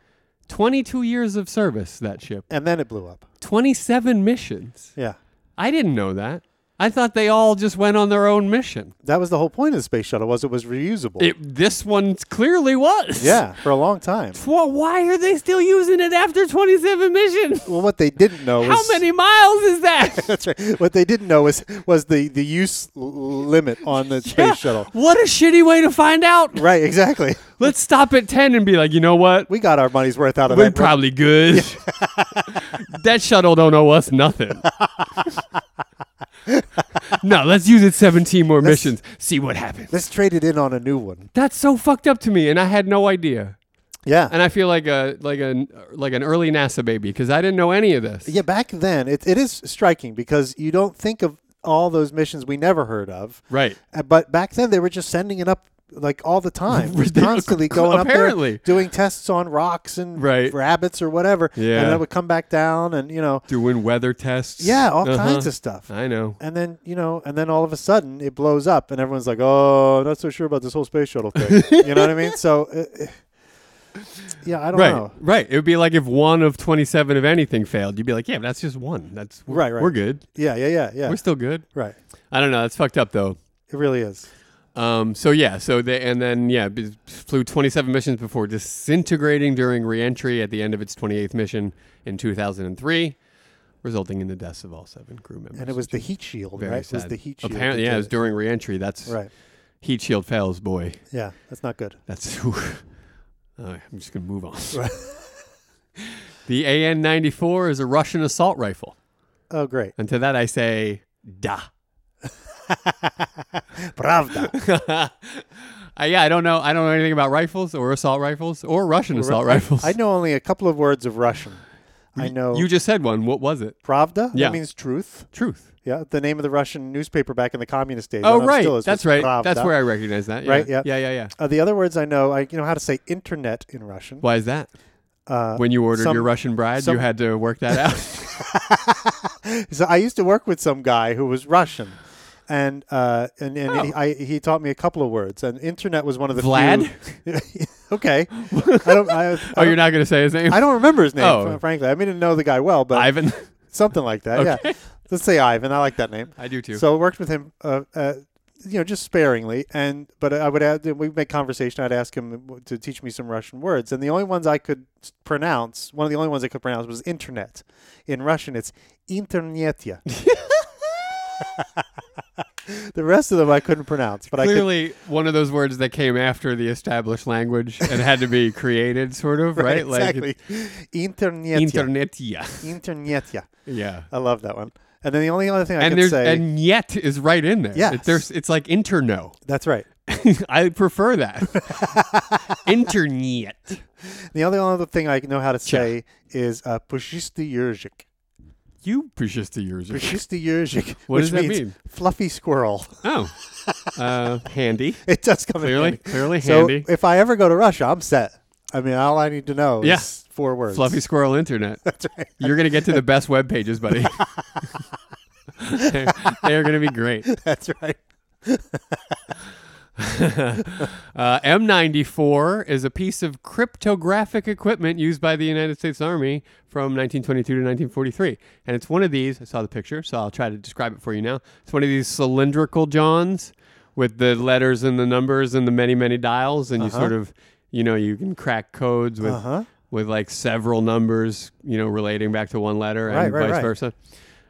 twenty-two years of service that ship, And then it blew up. twenty-seven missions. Yeah. I didn't know that. I thought they all just went on their own mission. That was the whole point of the space shuttle was it was reusable. It, this one clearly was. yeah, for a long time. Well, why are they still using it after twenty-seven missions? Well, what they didn't know was How many miles is that? That's right. What they didn't know was was the the use l- limit on the Yeah. space shuttle. What a shitty way to find out. Right, exactly. Let's stop at ten and be like, you know what? We got our money's worth out of We're that. probably good. that shuttle don't owe us nothing. no, let's use it 17 more missions. See what happens. Let's trade it in on a new one. That's so fucked up to me, and I had no idea. Yeah. And I feel like a like a like an early NASA baby because I didn't know any of this. yeah, back then it, it is striking because you don't think of all those missions we never heard of. Right. Uh, But back then they were just sending it up like all the time. Just They- constantly going apparently. up there doing tests on rocks and Right. rabbits or whatever. Yeah. And then it would come back down and you know Doing weather tests. Yeah, all Uh-huh. kinds of stuff. I know. and then you know, and then all of a sudden it blows up, and everyone's like, "Oh, not so sure about this whole space shuttle thing." you know what I mean? So, uh, uh, yeah, I don't Right, know. right. It would be like if one of 27 of anything failed, you'd be like, yeah, but that's just one. That's we're, Right, right. We're good. Yeah, yeah, yeah, yeah. We're still good. right. I don't know. That's fucked up though. It really is. Um, so yeah, so they and then yeah, b- flew 27 missions before disintegrating during reentry at the end of its 28th mission in 2003, resulting in the deaths of all seven crew members. And it was the heat shield, Very right? It was sad. the heat shield. Apparently, that yeah, did it was during reentry. That's Right. heat shield fails, boy. Yeah, that's not good. That's who. I'm just gonna move on. the AN-94 is a Russian assault rifle, Oh, great. and to that I say, da. Pravda. uh, yeah, I don't know. I don't know anything about rifles or assault rifles or Russian assault rifles. I know only a couple of words of Russian. I know You just said one. What was it? Pravda. Yeah. That means truth. Truth. Yeah, the name of the Russian newspaper back in the communist days. I Oh, don't know if it right. still is, That's was right. That's Pravda. where I recognize that. Yeah. Right, yeah. Yeah. Yeah. Yeah. Uh, the other words I know, I you know how to say internet in Russian. Why is that? Uh, When you ordered some- your Russian bride, some- you had to work that out. So I used to work with some guy who was Russian, and uh, and, and Oh. he, I, he taught me a couple of words. And internet was one of the Vlad? Few, okay, I don't. I, I oh, you're don't- not going to say his name? I don't remember his name, Oh. fr- frankly. I mean, didn't know the guy well, but Ivan. something like that. Yeah, let's say Ivan. I like that name. I do too. So I worked with him, uh, uh, you know, just sparingly. And but I would add, we'd make conversation. I'd ask him to teach me some Russian words, and the only ones I could s- pronounce, one of the only ones I could pronounce was internet. In Russian, it's internetia. the rest of them I couldn't pronounce, but I could. Clearly, one of those words that came after the established language and had to be created, sort of, right? exactly. Like internetia. internet. Yeah. internetia. Yeah. I love that one. And then the only other thing I and could there's say. and yet is right in there. Yes. It- there's, it's like interno. that's right. I prefer that. internet. The only other thing I know how to say is uh, pushisty yurzik. You pushes the years. Pushisty yurzik. What which does that means mean? Fluffy squirrel. Oh, uh, handy. It does come in Clearly, handy. clearly So handy. if I ever go to Russia, I'm set. I mean, all I need to know Yeah. is four words. Fluffy squirrel internet. That's right. You're gonna get to the best web pages, buddy. They're- they are gonna be great. That's right. Uh, M94 is a piece of cryptographic equipment used by the United States Army from 1922 to 1943, and it's one of these. I saw the picture, so I'll try to describe it for you now. It's one of these cylindrical johns with the letters and the numbers and the many many dials, and you sort of, you know, you can crack codes with. Uh-huh. with like several numbers, you know, relating back to one letter Right, and right, vice right. versa.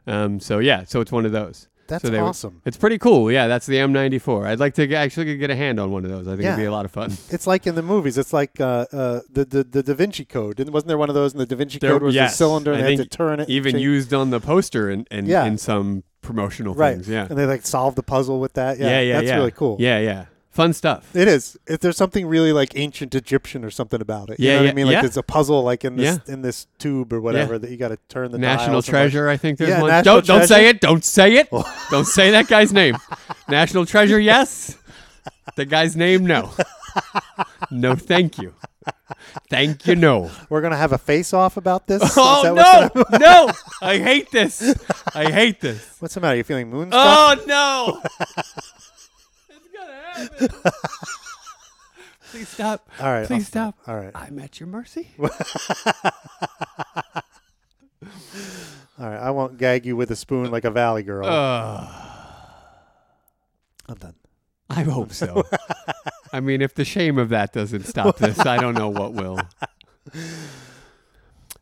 Um, so yeah, so it's one of those. That's So they would- awesome. it's pretty cool. Yeah, that's the M94. I'd like to g- actually get a hand on one of those. I think it'd be Yeah. a lot of fun. It's like in the movies. It's like uh, uh, the, the the Da Vinci Code. And wasn't there one of those in the Da Vinci Code? Was the cylinder and I they had think to turn it. Even to- used on the poster and and Yeah. in some promotional right? things. Yeah. And they like solved the puzzle with that. Yeah, yeah, yeah. That's yeah. really cool. Yeah, yeah. Fun stuff. It is. If there's something really like ancient Egyptian or something about it. You Yeah, know what I yeah, mean? Like yeah. there's a puzzle like in this in this tube or whatever Yeah. that you got to turn the National dials and, like- Treasure, I think there's Yeah, one. National Don't, don't say Treasure. Oh. it. Don't say it. don't say that guy's name. National Treasure, yes. The guy's name, no. No, thank you. Thank you, no. We're gonna have a face off about this. Is Oh, that what's no. No. I hate this. I hate this. What's the matter? You feeling moon Oh no! it's gonna happen. Please stop. All right, Oh, Please I'll stop. stop. All right. I'm at your mercy. All right, I won't gag you with a spoon like a valley girl. I'm done. I hope so. I mean, if the shame of that doesn't stop this, I don't know what will.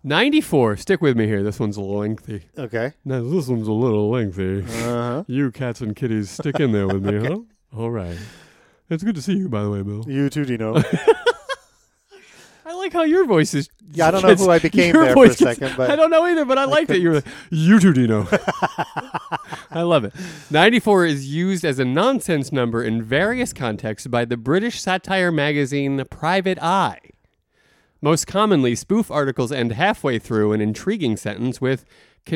94. Stick with me here. This one's lengthy. Okay. Now, this one's a little lengthy. Uh-huh. You cats and kitties, stick in there with me, huh? All right. It's good to see you, by the way, Bill. You too, Dino. I like how your voice is. Yeah, I don't know who I became there for a voice gets- second, but- I don't know either. But I, like that you were like, you too, Dino. I love it. Ninety-four is used as a nonsense number in various contexts by the British satire magazine Private Eye. Most commonly, spoof articles end halfway through an intriguing sentence with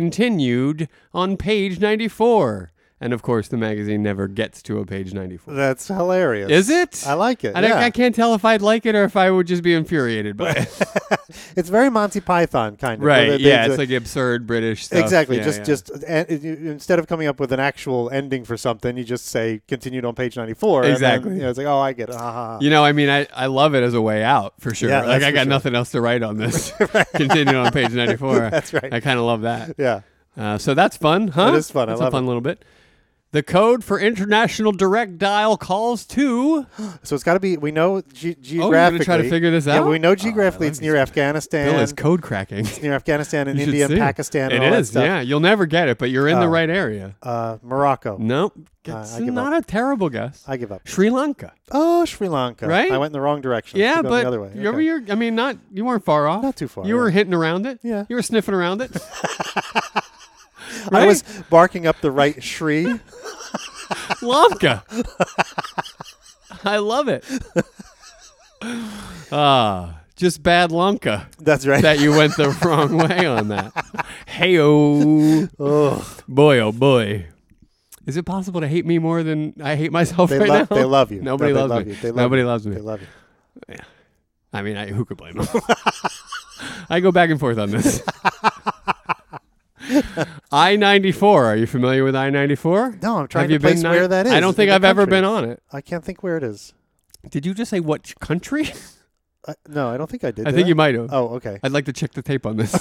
"continued" on page ninety-four, and of course, the magazine never gets to a page ninety-four. That's hilarious. Is it? I like it. I, don't- yeah. I can't tell if I'd like it or if I would just be infuriated by it. It's very Monty Python kind of. where Right. they- Yeah. they- It's like absurd British stuff. Exactly. Yeah, just, yeah. just and, and you- instead of coming up with an actual ending for something, you just say continued on page ninety-four. and then, Exactly. you know, it's like, oh, I get it. Ha, ha, ha. You know, I mean, I, I love it as a way out for sure. Yeah, like that's I for got sure. nothing else to write on this. Continue on page ninety four. That's right. I kind of love that. Yeah. Uh, so that's fun, huh? That is fun. I That's love a fun little bit. The code for international direct dial calls to So it's got to be. We know ge- Oh, you're gonna geographically. try to figure this Yeah, out? we Oh, I know geographically like it's these near Afghanistan. Bill is code cracking. near Afghanistan and You should India see and Pakistan. It and all is, That stuff. yeah. You'll never get it, but you're in the right area. Uh, Morocco. Nope. It's Uh, I give not a terrible guess. I give up. Sri Lanka. Oh, Sri Lanka. Right? I went in the wrong direction. I Yeah, should go but the other way. you Okay. were, I mean, not you weren't far off. Not too far, You were yeah. hitting around it. Yeah. you were sniffing around it. I Right? was barking up the right Shri. Lanka. I love it. Ah, just bad Lanka That's right. that you went the wrong way on that. Hey oh, Ugh. boy oh boy. Is it possible to hate me more than I hate myself They right love. now? They love you. Nobody they loves love me. You. They love Nobody you. loves me. They love you. I mean, I, who could blame him? I go back and forth on this. I ninety four. Are you familiar with I ninety four? No, I'm trying to place where that is I don't in think the I've ever country. been on it. I can't think where it is. Did you just say what country? I, no, I don't think I did. I did think you might have. Oh, okay. I'd like to check the tape on this.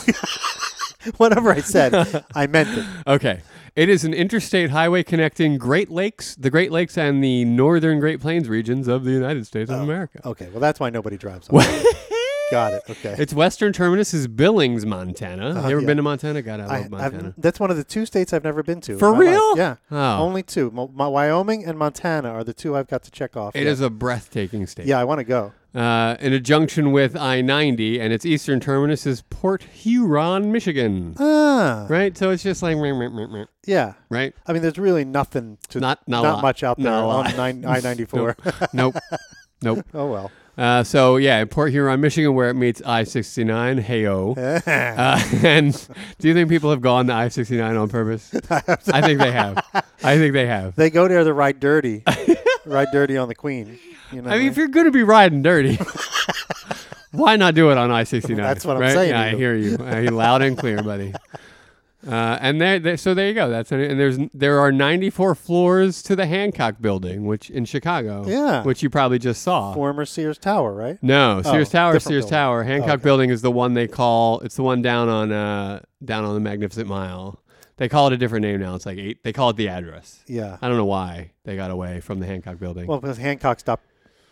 Whatever I said, I meant it. okay, it is an interstate highway connecting Great Lakes, the Great Lakes, and the northern Great Plains regions of the United States Oh. of America. Okay. Well, that's why nobody drives. on it. Got it. Okay. Its western terminus is Billings, Montana. you ever Uh-huh. yeah. been to Montana? God, I love I, Montana. I've, that's one of the two states I've never been to. in For my life. real? Yeah. Oh. Only two. Mo- my Wyoming and Montana are the two I've got to check off. It is yeah. a breathtaking state. Yeah, I want to go. Uh, in a junction with I 90, and its eastern terminus is Port Huron, Michigan. Ah. Right? So it's just like, meh, meh, meh, meh, Yeah. right? I mean, there's really nothing to Not- not a lot. much out there Not a lot. on nine, I-94. Nope. nope. oh well. Uh, so yeah, in Port Huron, Michigan, where it meets I 69. Heyo. uh, and do you think people have gone to I 69 on purpose? I think they have. I think they have. They go there to ride dirty, ride dirty on the Queen. You know, I mean, if you're going to be riding dirty, why not do it on I 69? That's what I'm saying Yeah, to I you. hear you. I hear loud and clear, buddy. Uh, and there, there, so there you go. That's it. and there's there are 94 floors to the Hancock Building, which in Chicago, Yeah. which you probably just saw. former Sears Tower, right? No, Sears Oh, Tower, different Sears building. Tower. Hancock okay. Building is the one they call. It's the one down on uh down on the Magnificent Mile. They call it a different name now. It's like eight. They call it the address. Yeah. I don't know why they got away from the Hancock Building. Well, because Hancock stopped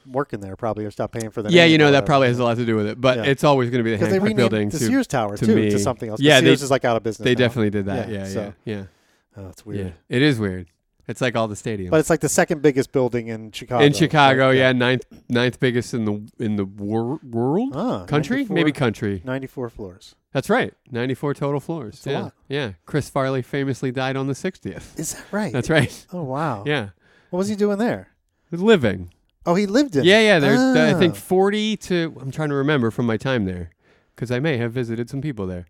working there, probably, or stopped paying for the. yeah, name you or know that whatever. probably has a lot to do with it, but Yeah. it's always going to be the because they Hancock renamed Building. the to- Sears Tower to too me. to something else. 'cause Yeah, they- Sears is like out of business. They now. definitely did that. Yeah, Yeah, yeah, so- yeah, Oh, it's yeah, weird. It is weird. It's like all the stadiums But it's like the second biggest building in Chicago. in Chicago. right? Yeah, ninth ninth biggest in the in the wor- world Ah, country, 94. maybe country. 94 floors. That's right. 94 total floors. a yeah. lot. Yeah. Chris Farley famously died on the 60th. Is that right? That's right. Oh wow. Yeah. What was he doing there? Living. Oh, he lived in. it. Yeah, yeah. There's, th- I think, Oh. 40 to, I'm trying to remember from my time there because I may have visited some people there.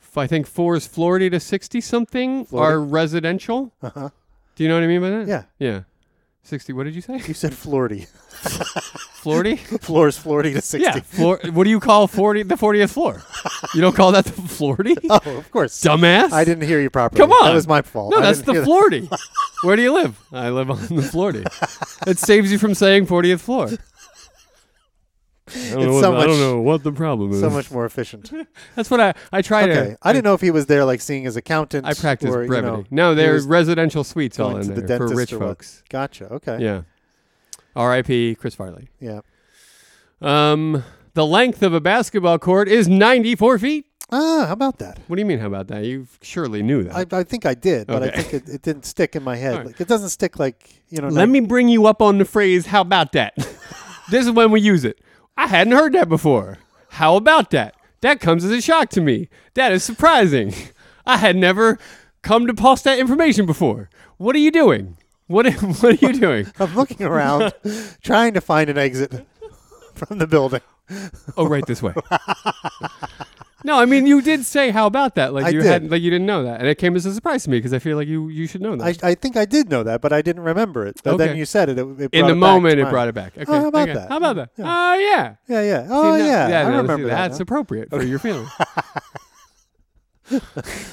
F- I think four is Florida to 60 something are residential. Uh-huh. Do you know what I mean by that? Yeah. Yeah. 60, what did you say? You said Florida. Florida? Floors Florida to sixty. yeah. Floor, what do you call 40, the 40th floor? You don't call that the Florida? Oh, of course. Dumbass. I didn't hear you properly. Come on. That was my fault. No, I that's didn't the hear that. Florida. Where do you live? I live on the Florida. It saves you from saying 40th floor. I don't, know what, so I don't much- know what the problem is. So much more efficient. That's what I I try Okay. to. I didn't know if he was there like seeing his accountant. I practice or, you brevity. know, no, he they're was residential suites all going in to the there for dentist rich or what. folks. Gotcha. Okay. Yeah. R.I.P. Chris Farley. Yeah. Um, the length of a basketball court is 94 feet. Ah, how about that? What do you mean? How about that? You surely knew that. I, I think I did, but I Okay. think it, it didn't stick in my head. right. Like, it doesn't stick like you know. Let like- me bring you up on the phrase, how about that? this is when we use it. I hadn't heard that before. How about that? That comes as a shock to me. That is surprising. I had never come to pulse that information before. What are you doing? What, what are you doing? I'm looking around, trying to find an exit from the building. Oh, right this way. No, I mean you did say how about that? Like I you did. had like you didn't know that, and it came as a surprise to me because I feel like you you should know that. I, I think I did know that, but I didn't remember it. But then Okay. you said it. it, it brought In it the back moment, to it mind. brought it back. Okay, how about okay. that? How about that? Oh yeah. Yeah, yeah. Oh, See, now- yeah. I now, see, remember that. That's now. appropriate for your feeling.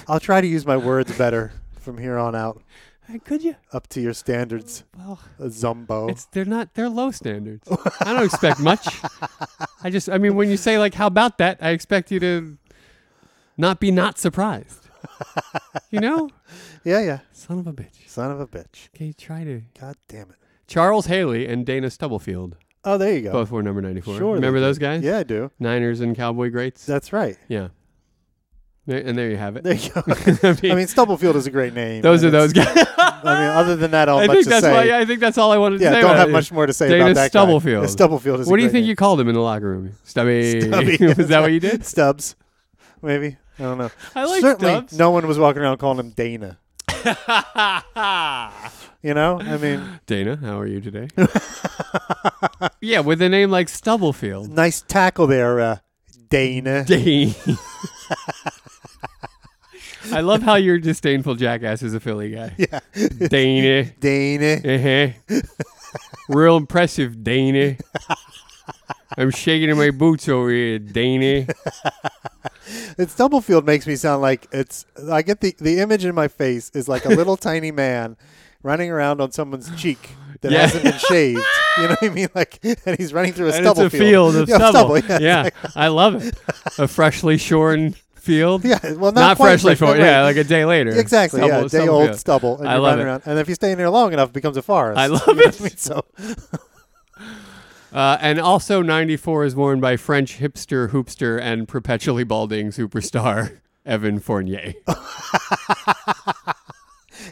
I'll try to use my words better from here on out, Uh, Could you? up to your standards, Well, Zumbo. it's they're not they're low standards. I don't expect much. I just I mean when you say like how about that, I expect you to not be not surprised. You know, yeah, yeah. son of a bitch. Son of a bitch. Okay, try to God damn it. Charles Haley and Dana Stubblefield Oh, there you go. both were number ninety four. Sure they remember did. those guys? Yeah, I do. Niners and Cowboy greats. That's right. yeah, There- and there you have it. There you go. I mean, Stubblefield is a great name. those are and those it's- guys. I mean, other than that, I'll I much think to that's say. why. I think that's all I wanted to yeah, say. don't about have it. much more to say Dana about that guy. Stubblefield. Yeah, Stubblefield is. a What do you great think name. you called him in the locker room? Stubby. Stubby. Was that what you did? Stubbs? Maybe I don't know. I like Certainly, Stubbs. no one was walking around calling him Dana. You know, I mean, Dana, how are you today? yeah, with a name like Stubblefield. nice tackle there, uh, Dana. Dane. I love how your disdainful jackass is a Philly guy. yeah, Dana. Dana. Uh-huh. Real impressive, Dana. I'm shaking in my boots over here, Dana. It's Stubblefield makes me sound like it's. I get the the image in my face is like a little tiny man running around on someone's cheek that Yeah. hasn't been shaved. You know what I mean? Like, and he's running through a And it's stubble a field of Yeah, stubble. Yeah, yeah, I love it. A freshly shorn field. yeah. Well, not, not, quite freshly but shorn. right. Yeah, like a day later. Exactly. Stubble- yeah, day old field. stubble, and I you're love running it. around. And if you stay in there long enough, it becomes a forest. I You love know what it. I mean? So Uh, and also, 94 is worn by French hipster, hoopster, and perpetually balding superstar Evan Fournier.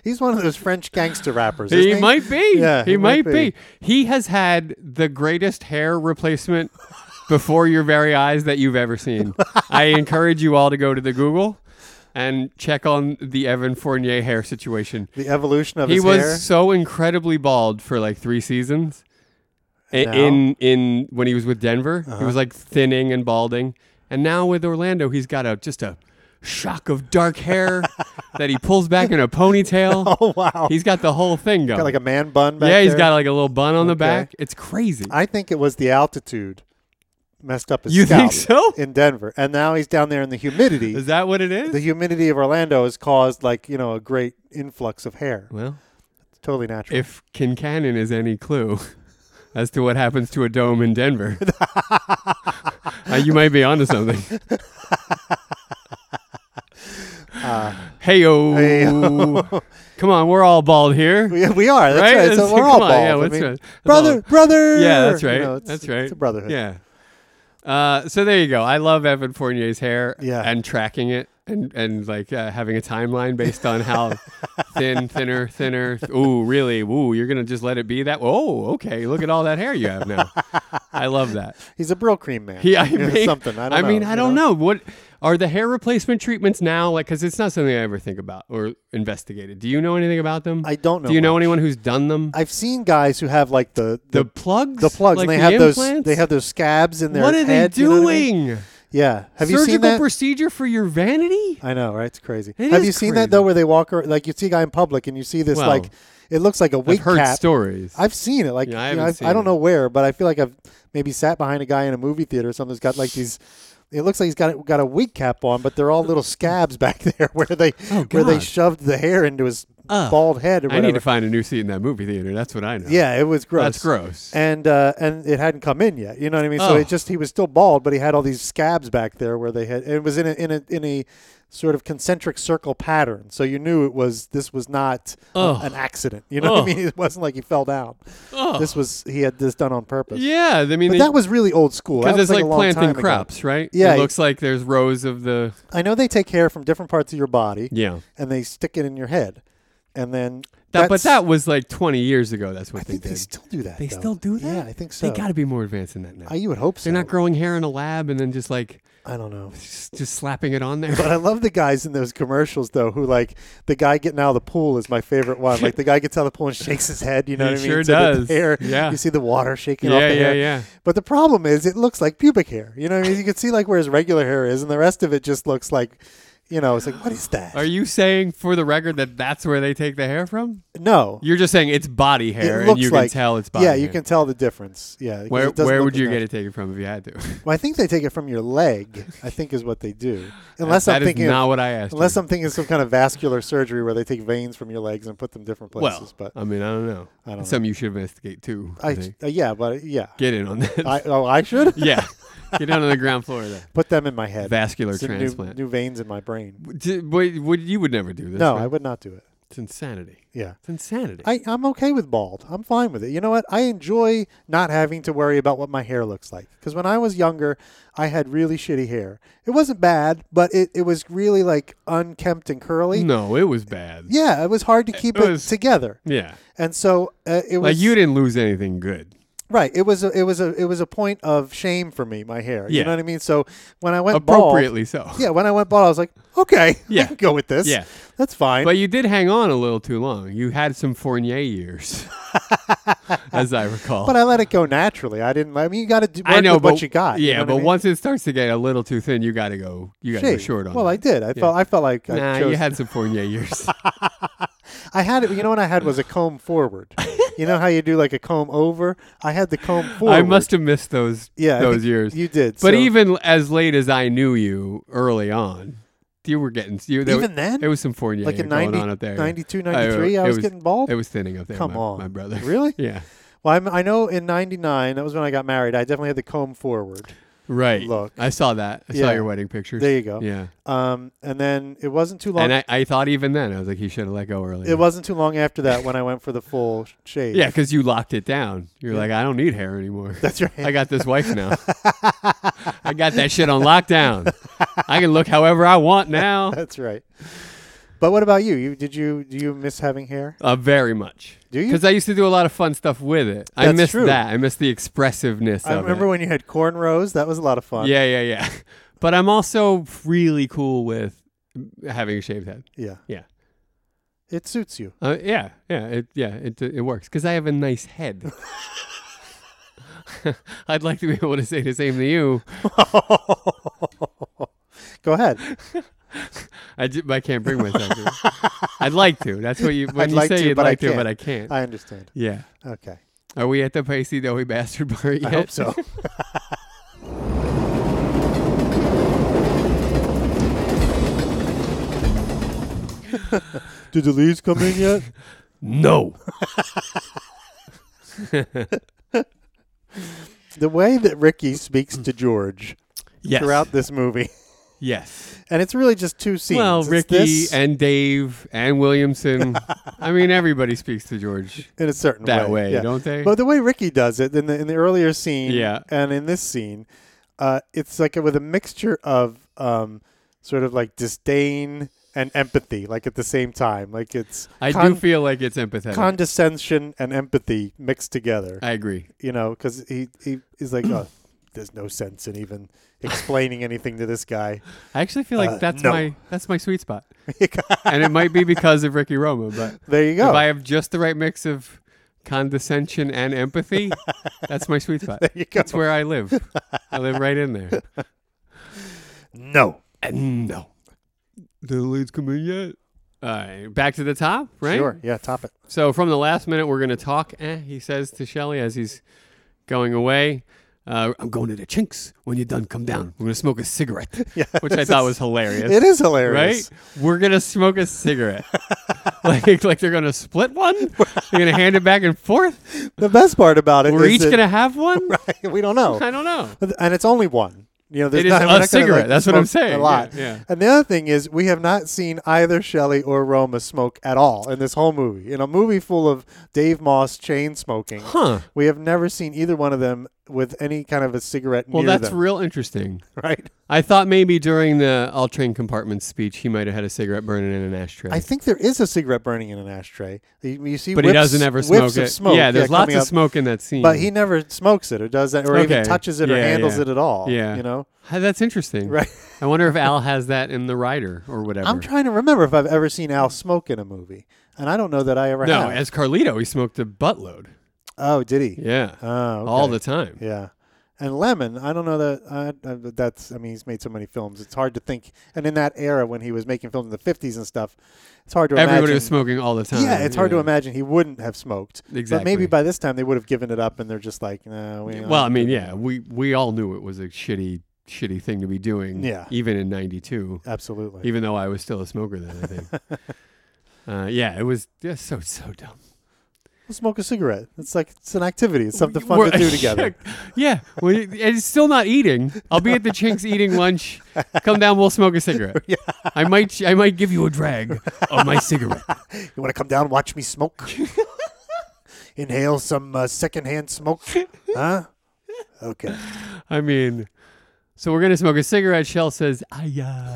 he's one of those French gangster rappers. he isn't might be. Yeah, he, might, be. He has had the greatest hair replacement before your very eyes that you've ever seen. I encourage you all to go to the Google and check on the Evan Fournier hair situation. The evolution of he his was hair. so incredibly bald for like three seasons. I- Now? Uh-huh. In in when he was with Denver, he was like thinning and balding, and now with Orlando, he's got a just a shock of dark hair that he pulls back in a ponytail. Oh wow. He's got the whole thing going. got like a man bun. Back yeah, he's he's got like a little bun on the Okay. back. It's crazy. I think it was the altitude messed up his You scalp think so? in Denver, and now he's down there in the humidity. Is that what it is? the humidity of Orlando has caused like you know a great influx of hair. well, It's totally natural. if Kincannon is any clue as to what happens to a dome in Denver, uh, you might be onto something. Heyo. Hey-o. Come on, we're all bald here. we, we are. That's Right? right. It's- So we're all come on, yeah, bald. I that's mean, right. That's Brother, all. brother. yeah, that's You right. know, it's- that's right. It's a brotherhood. Yeah. Uh, so there you go. I love Evan Fournier's hair Yeah. and tracking it and, and like uh, having a timeline based on how thin, thinner, thinner. Ooh, really? Ooh, you're going to just let it be that? Oh, okay. Look at all that hair you have now. I love that. He's a brill cream man. Yeah, I You know, mean, something. I don't know. mean, you I don't know. what. Are the hair replacement treatments now like because it's not something I ever think about or investigated? Do you know anything about them? I don't know Do you know much. anyone who's done them? I've seen guys who have like the the the, plugs, the plugs, Like and they the have those implants? they have those scabs in their What are they head, you know what I mean? doing? Yeah, have Surgical you seen that? procedure for your vanity? I know, right? It's crazy. It have is you seen that though, where they walk around, like you see a guy in public and you see this Well, like it looks like a wig I've heard cap. stories. I've seen it. Like Yeah, I you haven't know, I've- I seen don't it. know where, but I feel like I've maybe sat behind a guy in a movie theater or something. That's got like these. It looks like he's got got a wig cap on, but they're all little scabs back there where they where they Oh, God. shoved the hair into his Ugh. bald head or I whatever. need to find a new seat in that movie theater. That's what I know. yeah, it was gross. that's gross. And uh, and it hadn't come in yet. You know what I mean? So Oh. it just he was still bald, but he had all these scabs back there where they had. It was in a in a in a sort of concentric circle pattern. So you knew it was this was not a- Ugh. an accident. You know what I Ugh. mean? It wasn't like he fell down. Ugh. This was he had this done on purpose. Oh. yeah, I mean, But they- that was really old school. That Because was it's like, a long time planting ago. crops, right? Yeah. It looks like there's rows of the. I know they take hair from different parts of your body Yeah. and they stick it in your head, and then That, but that's- that was like 20 years ago. That's what I they think they did. still do that. They though. still do that? Yeah, I think so. They got to be more advanced than that now. I, you would hope so. They're not growing hair in a lab and then just like I don't know. just, just slapping it on there. But I love the guys in those commercials though, who like the guy getting out of the pool is my favorite one. Like the guy gets out of the pool and shakes his head. You know He what I mean? sure So that the does. hair- Yeah. You see the water shaking off Yeah, the yeah, hair. yeah. But the problem is, it looks like pubic hair. You know what I mean? You can see like where his regular hair is, and the rest of it just looks like, you know, it's like what is that? Are you saying for the record that that's where they take the hair from? no. You're just saying it's body hair it and looks you like can tell it's body yeah, hair. you can tell the difference. Yeah, because Where, it doesn't where look would as you get natural. it taken from if you had to? Well, I think they take it from your leg. I think is what they do. Unless That I'm is thinking of- not what I asked. unless you. I'm thinking of some kind of vascular surgery where they take veins from your legs and put them different places. well, but I mean, I don't know. I don't It's know. Something you should investigate too. I, I, think. uh, yeah, but yeah, Get in on this. I, oh, I should yeah. Get down on the ground floor of that. put them in my head. Vascular Some new- transplant. new, veins in my brain. D- Wait, would you would never do this? No, right? I would not do it. It's insanity. Yeah, It's insanity. I, I'm okay with bald. I'm fine with it. You know what? I enjoy not having to worry about what my hair looks like. Because when I was younger, I had really shitty hair. It wasn't bad, but it, it was really like unkempt and curly. no, it was bad. Yeah, Yeah, it was hard to keep It it, was- together. And so uh, it was like you didn't lose anything good. Right. It was a, it was a it was a point of shame for me, my hair. You Yeah. know what I mean? So when I went Appropriately so. bald, yeah, when I went bald, I was like, okay, I Yeah. can go with this. Yeah. that's fine. But you did hang on a little too long. You had some Fournier years, as I recall. But I let it go naturally. I didn't. I mean, you got to do work I know with but, what you got. you Yeah, know what but I mean? once it starts to get a little too thin, you got to go. You got to go Shave. short on. Well, it. I did. I felt I felt like Nah, I chose. you had some Fournier years. I had it. You know what I had was a comb forward. you know how you do like a comb over. I had the comb forward. I must have missed those. Yeah, I those think years. You did. But so- even as late as I knew you early on, you were getting you there, Even then? It was some Fournier Like in going 90 on up there. 92, I- 93, I it was getting bald? It was thinning up there. Come my, on. my brother. Really? Yeah. well, I'm, I know in '99 that was when I got married. I definitely had the comb forward. Right. Look. I saw that. I Yeah. saw your wedding pictures. There you go. Yeah. Um, and then it wasn't too long. And I, I thought even then I was like, he should have let go earlier. it wasn't too long after that when I went for the full shave. Yeah, because you locked it down. You're like, I don't need hair anymore. that's right. I got this wife now. I got that shit on lockdown. I can look however I want now. That's right. But what about you? You did you do you miss having hair? Uh, very much. Do you? Because I used to do a lot of fun stuff with it. I That's missed true. that. I missed the expressiveness I of remember it. when you had cornrows. That was a lot of fun. yeah, yeah, yeah. But I'm also really cool with having a shaved head. yeah, Yeah. It suits you. Uh, yeah, yeah, it, yeah, it, it works because I have a nice head. I'd like to be able to say the same to you. Go ahead. I, ju- I can't bring myself to. it. I'd like to. That's what you when I'd you like say to, you'd but I like to, can't. but I can't. I understand. yeah. Okay. Are we at the Pacey Doughy Bastard part yet? I hope so. Did the leads come in yet? No. the way that Ricky speaks to George Yes. throughout this movie, Yes. and it's really just two scenes. Well, It's Ricky this and Dave and Williamson. I mean, everybody speaks to George in a certain that way, yeah. don't they? But the way Ricky does it in the in the earlier scene, Yeah. and in this scene, uh, it's like with a mixture of um, sort of like disdain and empathy, like at the same time. Like it's I do con- feel like it's empathetic. condescension and empathy mixed together. I agree. you know, because he he is like, oh, there's no sense in even explaining anything to this guy. I actually feel like Uh, that's no. my that's my sweet spot, and it might be because of Ricky Roma. But There you if I go. have just the right mix of condescension and empathy, that's my sweet spot. you go. That's where I live. I live right in there. No. no. Did the leads come in yet? All right, back to the top, right? Sure. Yeah. Top it. So from the last minute, we're going to talk. Eh, he says to Shelly as he's going away. Uh, I'm going to the chinks. When you're done, come down. We're going to smoke a cigarette, Yeah. which I thought was hilarious. It is Right? hilarious. We're gonna smoke a cigarette. like like they're gonna split one? They're gonna hand it back and forth? The best part about it We're is each that- gonna have one? we don't know. I don't know. But- and it's only one. You know, there's It is not, a we're not gonna, cigarette. like, That's what I'm smoke saying. A lot. Yeah, yeah. And the other thing is, we have not seen either Shelley or Roma smoke at all in this whole movie. In a movie full of Dave Moss chain smoking, Huh. we have never seen either one of them with any kind of a cigarette Well, near that's them. real interesting. right. I thought maybe during the all train compartment speech he might have had a cigarette burning in an ashtray. I think there is a cigarette burning in an ashtray. You, you see, but he whiffs- doesn't ever smoke whiffs it. Of smoke, yeah, there's lots coming of up, smoke in that scene. But he never smokes it or does that or even Okay. touches it or Yeah, handles yeah. it at all. Yeah. You know? Hi, that's interesting. Right. I wonder if Al has that in the rider or whatever. I'm trying to remember if I've ever seen Al smoke in a movie. And I don't know that I ever no, have. as Carlito, he smoked a buttload. Oh, did he? Yeah. Oh, okay. All the time. yeah. And Lemon, I don't know that I, I, that's. I mean, he's made so many films. It's hard to think. And in that era when he was making films in the fifties and stuff, it's hard to Everybody imagine. was smoking all the time. Yeah, it's hard to imagine he wouldn't have smoked. But Exactly. maybe by this time they would have given it up, and they're just like, no. We don't Well, I do mean, that." yeah, we we all knew it was a shitty shitty thing to be doing. Yeah. Even in '92, absolutely. even though I was still a smoker then, I think. uh, yeah, it was just so so dumb. Let's smoke a cigarette. It's like it's an activity. It's something fun We're- to do together. yeah, well, it- it's still not eating. I'll be at the Chinks eating lunch. Come down, we'll smoke a cigarette. I might I might give you a drag of my cigarette. You want to come down and watch me smoke? Inhale some uh, secondhand smoke, huh? Okay. I mean. So we're gonna smoke a cigarette. Shell says, "Aya,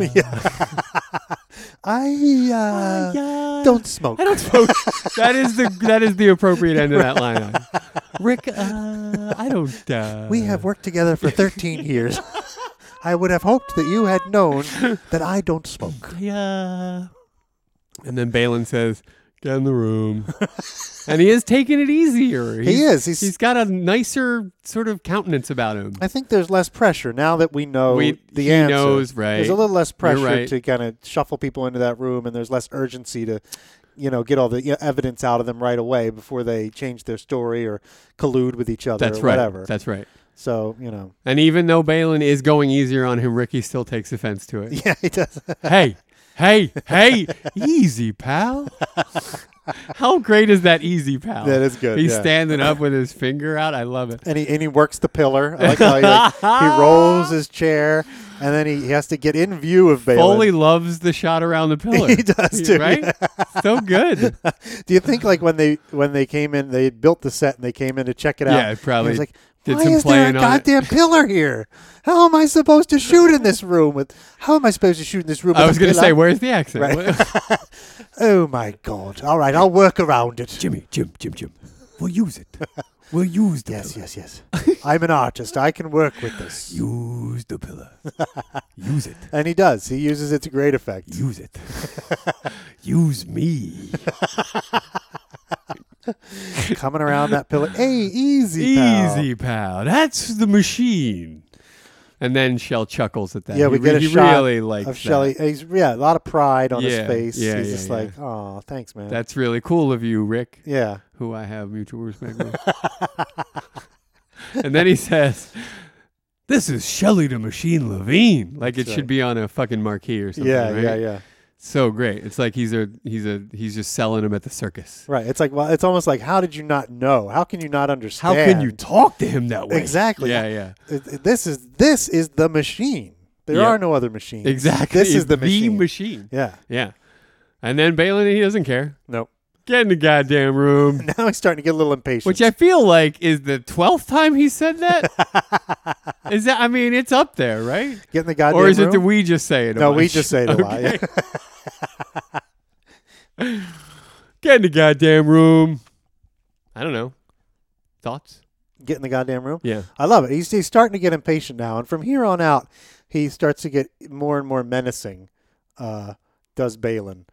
I uh, aya." don't smoke. I don't smoke. that is the that is the appropriate end of that line. Rick, uh, I don't. Uh, We have worked together for 13 years. I would have hoped that you had known that I don't smoke. Yeah. And then Balin says, "Get in the room," and he is taking it easier. He He's- is. He's, He's got a nicer sort of countenance about him. I think there's less pressure now that we know We- the he answer. knows, right. There's a little less pressure right. to kind of shuffle people into that room, and there's less urgency to, you know, get all the yeah, evidence out of them right away before they change their story or collude with each other That's or right. whatever. That's right. so you know, And even though Balin is going easier on him, Ricky still takes offense to it. yeah, he does. hey, hey, hey, easy, pal. How great is that, easy, pal? That is good, He's yeah. standing up with his finger out. I love it. and he and he works the pillar. I like how he, like, he rolls his chair, and then he, he has to get in view of Balin. Foley loves the shot around the pillar. He does too, Right? so good. Do you think like when they when they came in, they had built the set and they came in to check it out? Yeah, and probably He was like, did why some is there a playing on it." goddamn pillar here? How am I supposed to shoot in this room with? How am I supposed to shoot in this room? I with was a going to say, pillar? where's the accent? Right. What- oh my god! All right, I'll work around it. Jimmy, Jim, Jim, Jim. We'll use it. We'll use the Yes, yes, yes. I'm an artist. I can work with this, Use the pillar. Use it. and he does. He uses it to great effect. Use it. use me. Coming around that pillar. Hey, easy, pal. Easy, pal. That's the machine. And then Shell chuckles at that. Yeah, He we re- get a he shot really likes of that. Shelley. He's yeah, a lot of pride on Yeah, his face. yeah, he's yeah, just yeah. like, oh, thanks, man. That's really cool of you, Rick, yeah. who I have mutual respect with. and then he says, This is Shelly the Machine Levine. Like it That's should right. be on a fucking marquee or something. Yeah, right? yeah, yeah. So great. It's like he's a he's a he's just selling him at the circus. Right. It's like well, it's almost like how did you not know? How can you not How understand? can you talk to him that way? Exactly. Yeah, yeah. Th- th- this is this is the machine. There Yep. are no other machines. Exactly. This is the machine. machine. Yeah. Yeah. And then Balin, he doesn't care. Nope. Get in the goddamn room. Now he's starting to get a little impatient. Which I feel like is the twelfth time he said that. is that? I mean, it's up there, right? get in the goddamn Or is it room? that we just say it? a No, we bunch? just say it a lot. Yeah. Get in the goddamn room. I don't know. Thoughts? get in the goddamn room. Yeah. I love it. He's, he's starting to get impatient now, and from here on out, he starts to get more and more menacing. Uh, does Balin?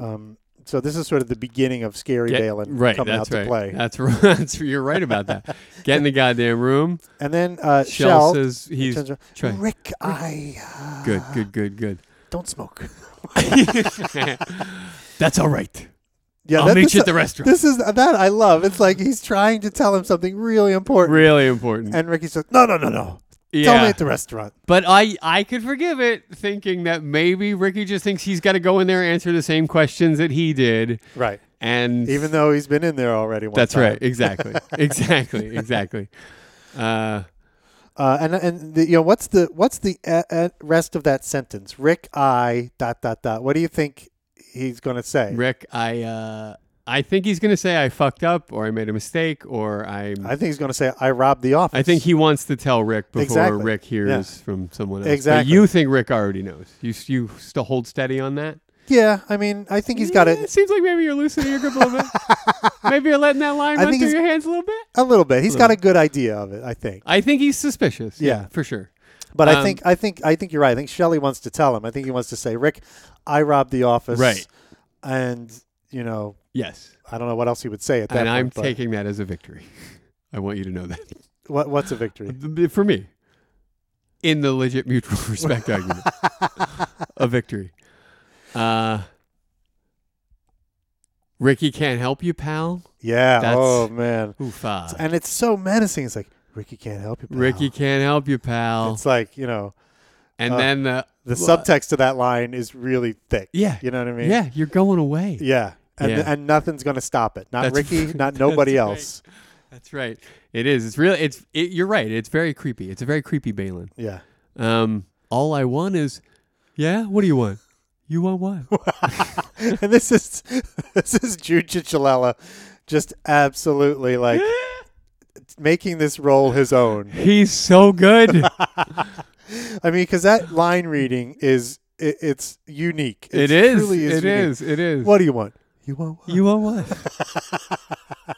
Um, so this is sort of the beginning of scary Get- Balin right, coming out that's to right. play, That's right. That's- You're right about that. Get in the goddamn room. and then uh, Shell Shell. says he's turns around, try- Rick, I uh, good, good, good, good. don't smoke. "Ah." That's all right. Yeah, I'll that- meet this you is- at the restaurant. This is that I love. It's like he's trying to tell him something really important, Really important. and Ricky's like, "No, no, no, no! Tell yeah. me at the restaurant." but I, I could forgive it, thinking that maybe Ricky just thinks he's got to go in there and answer the same questions that he did, Right. and Even though he's been in there already. One that's time. right. Exactly. exactly. Exactly. Uh, Uh, and and the, you know what's the what's the uh, uh, rest of that sentence? Rick, I dot dot dot. What do you think he's going to say? Rick, I, uh, I think he's gonna say I fucked up, or I made a mistake, or I'm. I think he's going to say, "I robbed the office." I think he wants to tell Rick before Exactly. Rick hears Yeah. from someone else. Exactly. But you think Rick already knows. You s- you still hold steady on that. Yeah, I mean, I think he's got Yeah, it seems like maybe you're loosening your grip a little bit. maybe you're letting that line I run think through he's- your hands a little bit. a little bit. He's got a good idea of it, I think. I think he's suspicious. Yeah, Yeah. for sure. But I Um, think I think I think you're right. I think Shelley wants to tell him. I think he wants to say, "Rick, I robbed the office." Right. And you know, Yes, I don't know what else he would say at that and point. I'm but taking that as a victory. I want you to know that what, what's a victory? for me, in the legit mutual respect argument, a victory. Uh, Ricky can't help you, pal. Yeah. That's- oh man. Oofa. And it's so menacing. It's like Ricky can't help you. pal." Ricky can't help you, pal. It's like you know. and uh, then the the Well, uh, subtext of that line is really thick. Yeah. You know what I mean? yeah, you're going away. Yeah. And, Yeah. and nothing's going to stop it. Not That's- Ricky, not that's nobody right. else. That's right. It is. It's really. It's. It, you're right. It's very creepy. It's a very creepy Balin. Yeah. Um. All I want is, yeah. What do you want? You want what? and this is this is Jude Chichalella just absolutely like making this role his own. He's so good. I mean, because that line reading is it, it's unique. it It's is. Truly it is unique. is. It is. What do you want? You want what? you want what?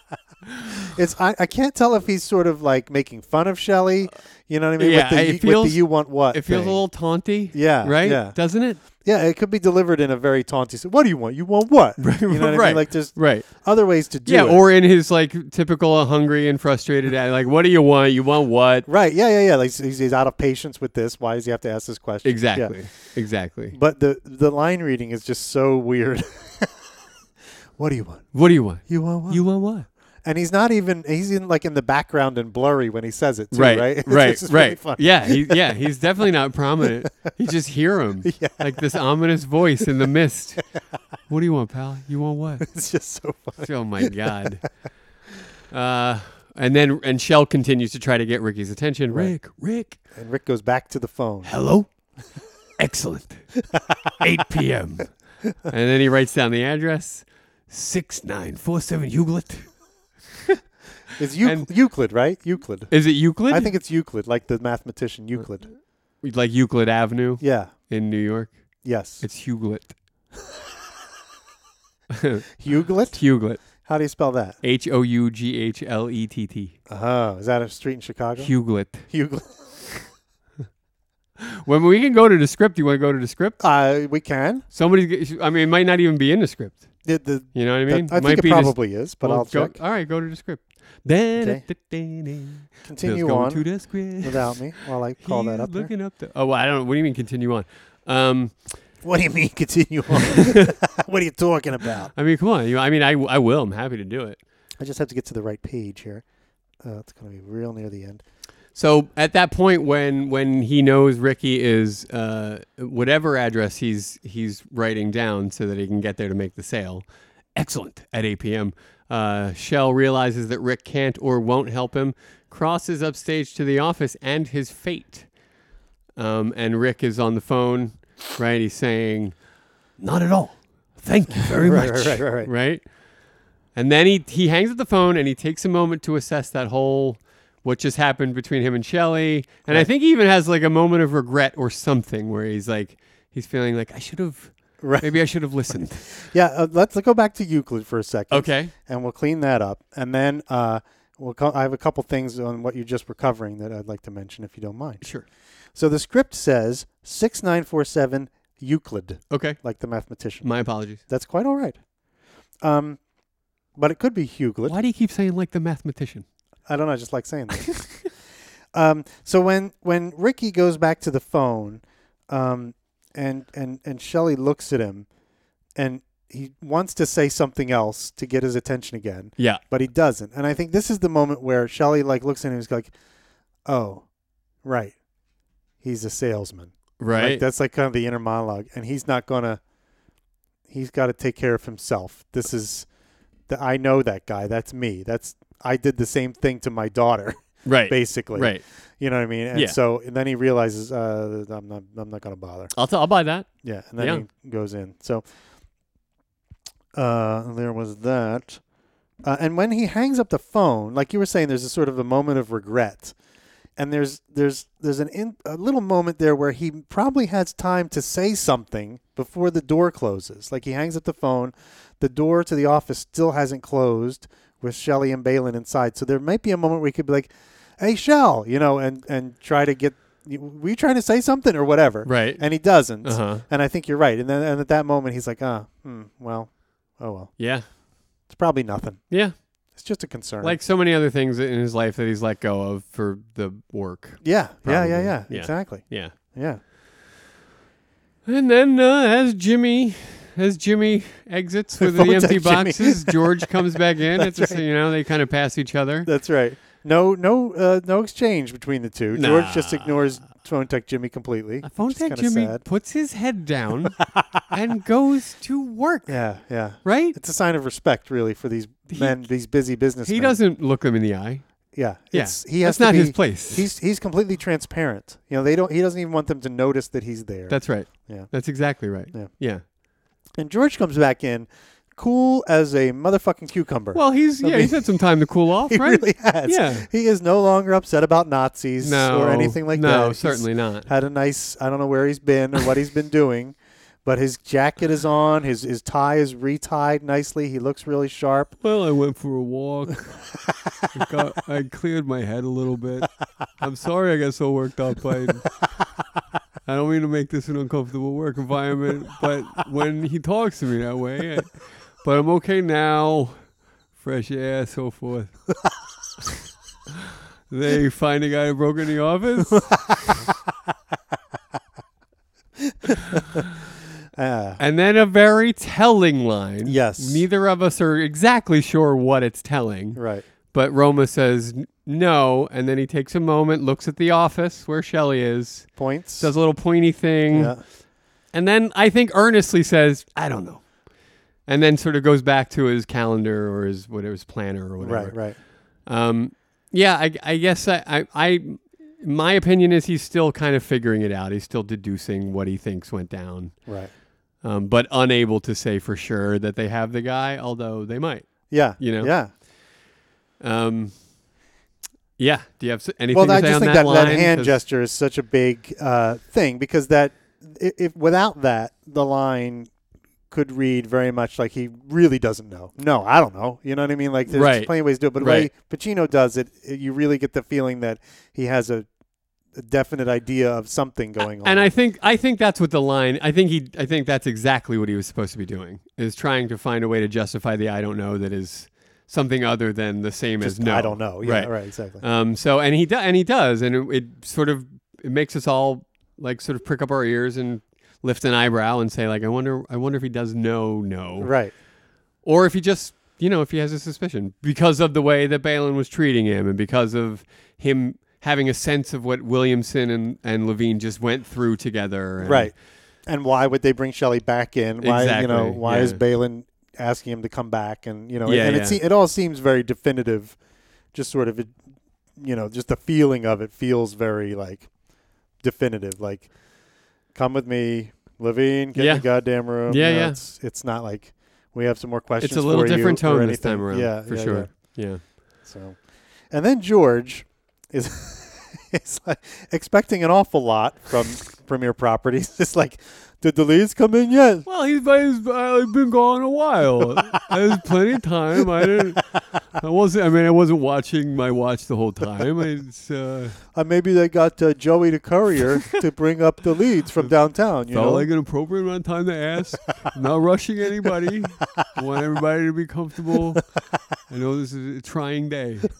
It's I, I can't tell if he's sort of like making fun of Shelley. You know what I mean? Yeah, with the, it you- with feels- the you want what? It feels thing. a little taunty. Yeah, Right. yeah. Doesn't it? Yeah, it could be delivered in a very taunty. So, what do you want? You want what? You know what I mean? right. Like there's Right. other ways to do yeah. it. Or in his like typical hungry and frustrated. ad- like, what do you want? You want what? right. Yeah, yeah, yeah. Like he's, he's out of patience with this. Why does he have to ask this question? Yeah. Exactly. Exactly. But the the line reading is just so weird. what do you want? What do you want? You want what? You want what? and he's not even he's in like in the background and blurry when he says it too, right? right, right, This right. is really funny. yeah, he, yeah, he's definitely not prominent. You just hear him, like this ominous voice in the mist. What do you want, pal? You want what? It's just so funny. Oh my god. Uh, and then and Shell continues to try to get Ricky's attention. Rick, Rick, And Rick goes back to the phone. hello. Excellent. 8 p.m. And then he writes down the address. 6947 Euclid. It's Euc- And- Euclid, right? Euclid. Is it Euclid? I think it's Euclid, like the mathematician Euclid. like Euclid Avenue Yeah. in New York. Yes. It's Huglet. Euclid. Huglet. How do you spell that? H O U G H L E T T. Oh, is that a street in Chicago? Huglet. Hugh- When we can go to the script, you want to go to the script? uh, we can. Somebody's. g- I mean, it might not even be in the script. The- the- You know what I mean? I might think it be just- probably is, but well, I'll go- check. All right, go to the script. Okay. Continue Bill's going on to the script. without me while I call that He's up. there. looking up the. Oh, well, I don't. What do you mean? Continue on. Um, What do you mean continue on? what are you talking about? I mean, come on. You, I mean, I, I will. I'm happy to do it. I just have to get to the right page here. Uh, it's going to be real near the end. So at that point, when when he knows Ricky is uh, whatever address he's he's writing down so that he can get there to make the sale, excellent at 8 p.m. Uh, Shell realizes that Rick can't or won't help him, crosses upstage to the office and his fate. Um, and Rick is on the phone, right? He's saying, "Not at all. Thank you very Right, much." right, right, right, right. And then he he hangs up the phone and he takes a moment to assess that whole what just happened between him and Shelley. And I think he even has like a moment of regret or something where he's like he's feeling like I should have Right. maybe I should have listened. Yeah, uh, let's go back to Euclid for a second. Okay. And we'll clean that up. And then uh, Well, co- I have a couple things on what you just were covering that I'd like to mention, if you don't mind. Sure. So the script says six nine four seven Euclid, Okay. like the mathematician. My apologies. That's quite all right. Um, but it could be Hughlid. Why do you keep saying like the mathematician? I don't know. I just like saying that. um, so when when Ricky goes back to the phone, um, and and and Shelley looks at him, and he wants to say something else to get his attention again, Yeah. but he doesn't. And I think this is the moment where Shelley like looks at him and is like, "Oh, right, he's a salesman." Right. Like that's like kind of the inner monologue, and he's not gonna. He's got to take care of himself. This is, the, I know that guy. That's me. That's I did the same thing to my daughter, right. basically. Right. You know what I mean? And Yeah. so and then he realizes, uh, I'm not, I'm not gonna bother. I'll t- I'll buy that. Yeah, and then Yeah. he goes in. So, uh, there was that. Uh, and when he hangs up the phone, like you were saying, there's a sort of a moment of regret, and there's there's there's an in, a little moment there where he probably has time to say something before the door closes. Like he hangs up the phone, the door to the office still hasn't closed with Shelley and Balin inside. So there might be a moment where he could be like, "Hey, Shell," you know, and and try to get. Were you trying to say something or whatever? Right. And he doesn't. Uh-huh. And I think you're right. And then and at that moment, he's like, ah, hmm, well, oh well, Yeah. it's probably nothing. Yeah. It's just a concern. Like so many other things in his life that he's let go of for the work. yeah, yeah, yeah, Probably. yeah, Yeah. exactly. Yeah. Yeah, And then uh, as Jimmy as Jimmy exits with the Phone's at empty Jimmy. boxes, George comes back in. it's That's just right. you know they kind of pass each other. that's right. No, no, uh, no exchange between the two. George just Nah. ignores phone tech Jimmy completely. Phone which is tech kinda Jimmy sad. puts his head down and goes to work. Yeah, yeah. Right? It's a sign of respect, really, for these men, these busy businessmen. He doesn't look him in the eye. Yeah, Yeah. it's he That's has to not be- his place. He's he's completely transparent. You know, they don't. He doesn't even want them to notice that he's there. That's right. Yeah. That's exactly right. Yeah. Yeah. and George comes back in, cool as a motherfucking cucumber. Well, he's I yeah, he's mean- had some time to cool off, He right? really has. Yeah. He is no longer upset about Nazis no, or anything like that. no, He's certainly not. had a nice I don't know where he's been or what he's been doing, but his jacket is on, his his tie is retied nicely, he looks really sharp. Well, I went for a walk. I, got, I cleared my head a little bit. I'm sorry I got so worked up. I, I don't mean to make this an uncomfortable work environment, but when he talks to me that way, I- but I'm okay now. Fresh air, so forth. they find a guy who broke in the office. Ah, And then a very telling line. Yes. Neither of us are exactly sure what it's telling. right. But Roma says n- no, and then he takes a moment, looks at the office where Shelley is, Points. does a little pointy thing, yeah. and then I think earnestly says, "I don't know," and then sort of goes back to his calendar or his whatever his planner or whatever. Right, right. Um, yeah, I, I guess I, I, I, my opinion is he's still kind of figuring it out. He's still deducing what he thinks went down, Right. um, but unable to say for sure that they have the guy, although they might. Yeah. You know? Yeah. Um, yeah. Do you have s- anything Well, to I say just on think that, that, that line? hand 'Cause- gesture is such a big uh, thing because that if, if without that the line could read very much like he really doesn't know. No, I don't know. You know what I mean? Like there's Right. plenty of ways to do it, but the Right. way Pacino does it, it- you really get the feeling that he has a, a definite idea of something going on. And I think I think that's what the line. I think he. I think that's exactly what he was supposed to be doing. Is trying to find a way to justify the I don't know that is something other than the same Just, as no. I don't know. Yeah, right. right, exactly. Um. So and he do, and he does and it, it sort of it makes us all like sort of prick up our ears and lift an eyebrow and say like I wonder I wonder if he does know no right. or if he just you know if he has a suspicion because of the way that Balin was treating him and because of him having a sense of what Williamson and, and Levine just went through together. and- Right. And why would they bring Shelley back in? Why you know, Exactly, why is yeah. Balin asking him to come back and you know Yeah, and yeah. it se- it all seems very definitive just sort of it, you know, just the feeling of it feels very like definitive like come with me, Levine, get Yeah. in the goddamn room. Yeah, You know, yeah. It's it's not like we have some more questions It's a little for you different or tone this anything. time around, Yeah, for yeah, yeah. sure. Yeah. So, and then George is is like expecting an awful lot from Premier Properties. It's like, Did the leads come in yet? Well, he's, he's I've been gone a while. There's plenty of time. I didn't. I wasn't. I mean, I wasn't watching my watch the whole time. It's uh, Uh, maybe they got uh, Joey the courier to bring up the leads from downtown. You felt know, like an appropriate amount of time to ask. I'm not rushing anybody. I want everybody to be comfortable. I know this is a trying day.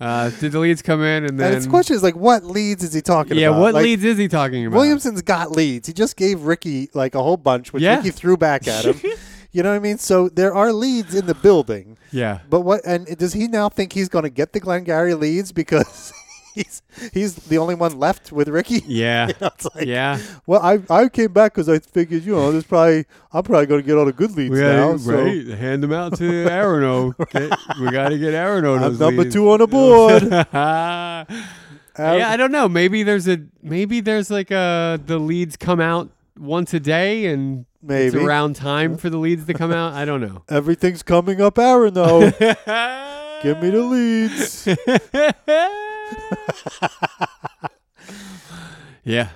Uh, did the leads come in and then? and it's question is like, what leads is he talking yeah, about? what Like, leads is he talking about? Williamson's got leads. He just gave Ricky like a whole bunch, which Yeah. Ricky threw back at him. you know what I mean? So there are leads in the building, Yeah. but what? And does he now think he's going to get the Glengarry leads because he's he's the only one left with Ricky? Yeah. It's like, yeah. Well, I I came back because I figured you know there's probably I'm probably going to get all the good leads Yeah, now. right. So Hand them out to Arono. Get, we got to get Arono. I'm those number leads. two on the board. yeah, I don't know. Maybe there's a maybe there's like a the leads come out once a day and it's Maybe. around time for the leads to come out. I don't know. Everything's coming up, Aaron. Though, give me the leads. yeah.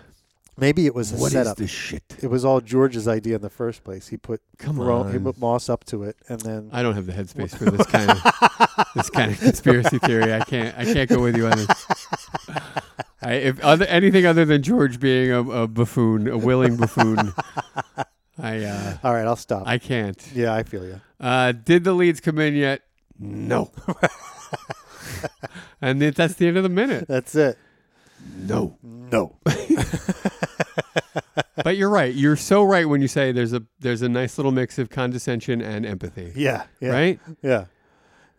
Maybe it was a What is setup. this shit? it was all George's idea in the first place. He put Come Ro- he on. put Moss up to it, and then I don't have the headspace for this kind of this kind of conspiracy theory. I can't I can't go with you on this. I, if other, anything other than George being a, a buffoon, a willing buffoon, I uh, all right, I'll stop. I can't. yeah, I feel you. Uh, did the leads come in yet? No. and it- that's the end of the minute. That's it. No. No, But you're right. You're so right when you say there's a there's a nice little mix of condescension and empathy. yeah, yeah, Right? yeah.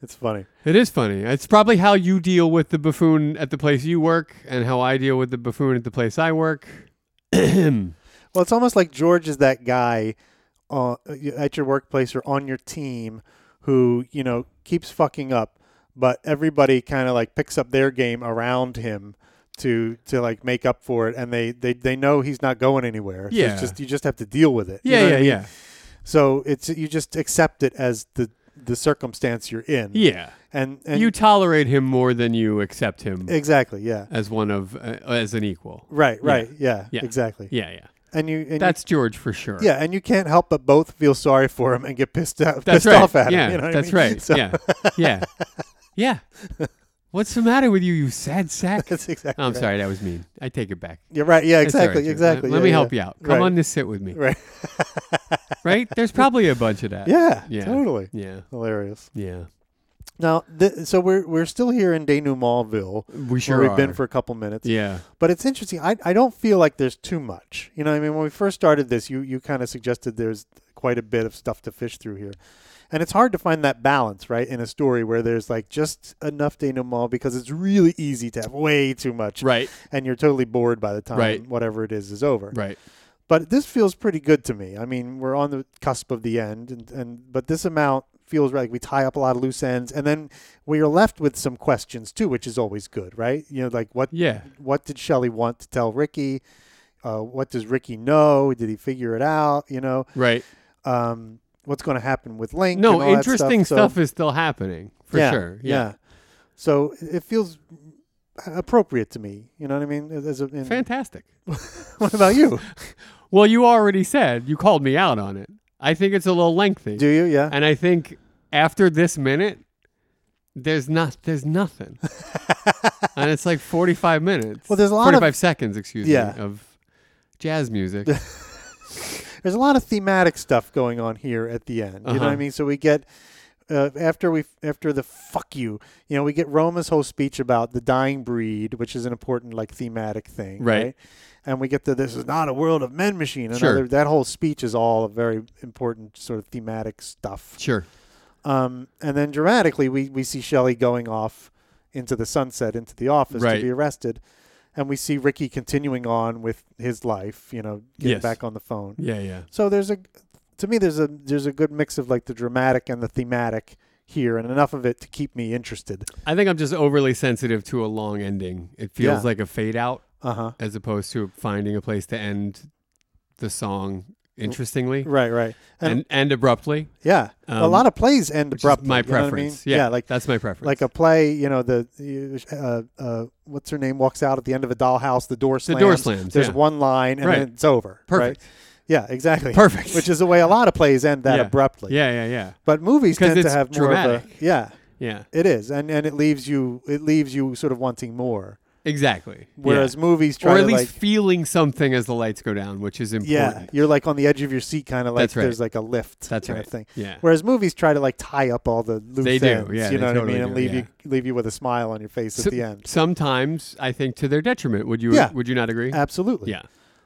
It's funny. It is funny. It's probably how you deal with the buffoon at the place you work and how I deal with the buffoon at the place I work. Well, it's almost like George is that guy uh, at your workplace or on your team who, you know, keeps fucking up, but everybody kind of like picks up their game around him to to like make up for it and they they, they know he's not going anywhere. So Yeah. it's just you just have to deal with it. You Yeah, know what yeah, I mean? yeah. So it's you just accept it as the the circumstance you're in. Yeah. And and you tolerate him more than you accept him exactly, yeah. as one of uh, as an equal. Right, right. Yeah. Yeah. Exactly. Yeah, yeah. And you and you That's George for sure. Yeah, and you can't help but both feel sorry for him and get pissed out, That's pissed right. off at yeah, him. You know what I that's mean? right. So Yeah, yeah, yeah. What's the matter with you, you sad sack? Oh, that's exactly. I'm right. sorry, that was mean. I take it back. You're right. Yeah, It's all right, exactly. George. exactly. Let yeah, me yeah. help you out. Come Right. on, to sit with me. Right. Right? There's probably a bunch of that. Yeah, Yeah. Totally. Yeah. Hilarious. Yeah. Now, th- so we're we're still here in denouementville. We sure where we've are. been for a couple minutes. Yeah. But it's interesting. I I don't feel like there's too much. You know, what I mean, when we first started this, you you kind of suggested there's quite a bit of stuff to fish through here. And it's hard to find that balance, right, in a story where there's like just enough denouement because it's really easy to have way too much. Right. and you're totally bored by the time Right. whatever it is is over. Right. But this feels pretty good to me. I mean, we're on the cusp of the end, and, and but this amount feels like we tie up a lot of loose ends, and then we are left with some questions too, which is always good, right? You know, like what Yeah. what did Shelley want to tell Ricky? Uh, what does Ricky know? Did he figure it out? You know, Right. um, what's going to happen with Link? and No, all that interesting So- stuff, is still happening for sure. Yeah. So it feels appropriate to me. You know what I mean? As a, in- Fantastic. what about you? Well, you already said you called me out on it. I think it's a little lengthy. Do you? Yeah. And I think after this minute, there's not there's nothing. and it's like 45 minutes. Well, there's a lot of- 45 seconds, excuse Yeah. me, of jazz music. There's a lot of thematic stuff going on here at the end. You know what I Uh-huh. mean? So we get uh, after we after the fuck you, you know, we get Roma's whole speech about the dying breed, which is an important like thematic thing, right? Right. And we get to this is not a world of men machine. And Sure. other- that whole speech is all very important sort of thematic stuff. sure. Um, and then dramatically, we, we see Shelley going off into the sunset, into the office to Right. be arrested. And we see Ricky continuing on with his life, you know, getting Yes. back on the phone. Yeah, yeah. So there's a, to me, there's a there's a good mix of like the dramatic and the thematic here, and enough of it to keep me interested. I think I'm just overly sensitive to a long ending. It feels Yeah. like a fade out Uh huh. as opposed to finding a place to end the song interestingly Right, right. And, and and abruptly. yeah, a um, lot of plays end Just abruptly. my you know what I mean? preference. yeah, Yeah, like that's my preference. like a play, you know, the you- uh, uh, what's her name walks out at the end of a dollhouse, the door slams. door slams, There's yeah. one line, and Right. then it's over. Perfect. Right? Yeah, exactly. Perfect. Which is the way a lot of plays end that Yeah. abruptly. Yeah, yeah, yeah, But movies Because tend to it's have more of a dramatic. yeah. yeah. It is, and and it leaves you it leaves you sort of wanting more. Exactly. Yeah. Whereas movies try or at to least like feeling something as the lights go down, which is yeah, important. you're like on the edge of your seat, kind of like That's right. there's like a lift That's kind right. of thing. Yeah. Whereas movies try to like tie up all the loose They do, ends, yeah, you they know what I totally mean, and do, leave yeah. you leave you with a smile on your face So- at the end. Sometimes I think to their detriment. Would you? Yeah. Would you not agree? Absolutely, Yeah.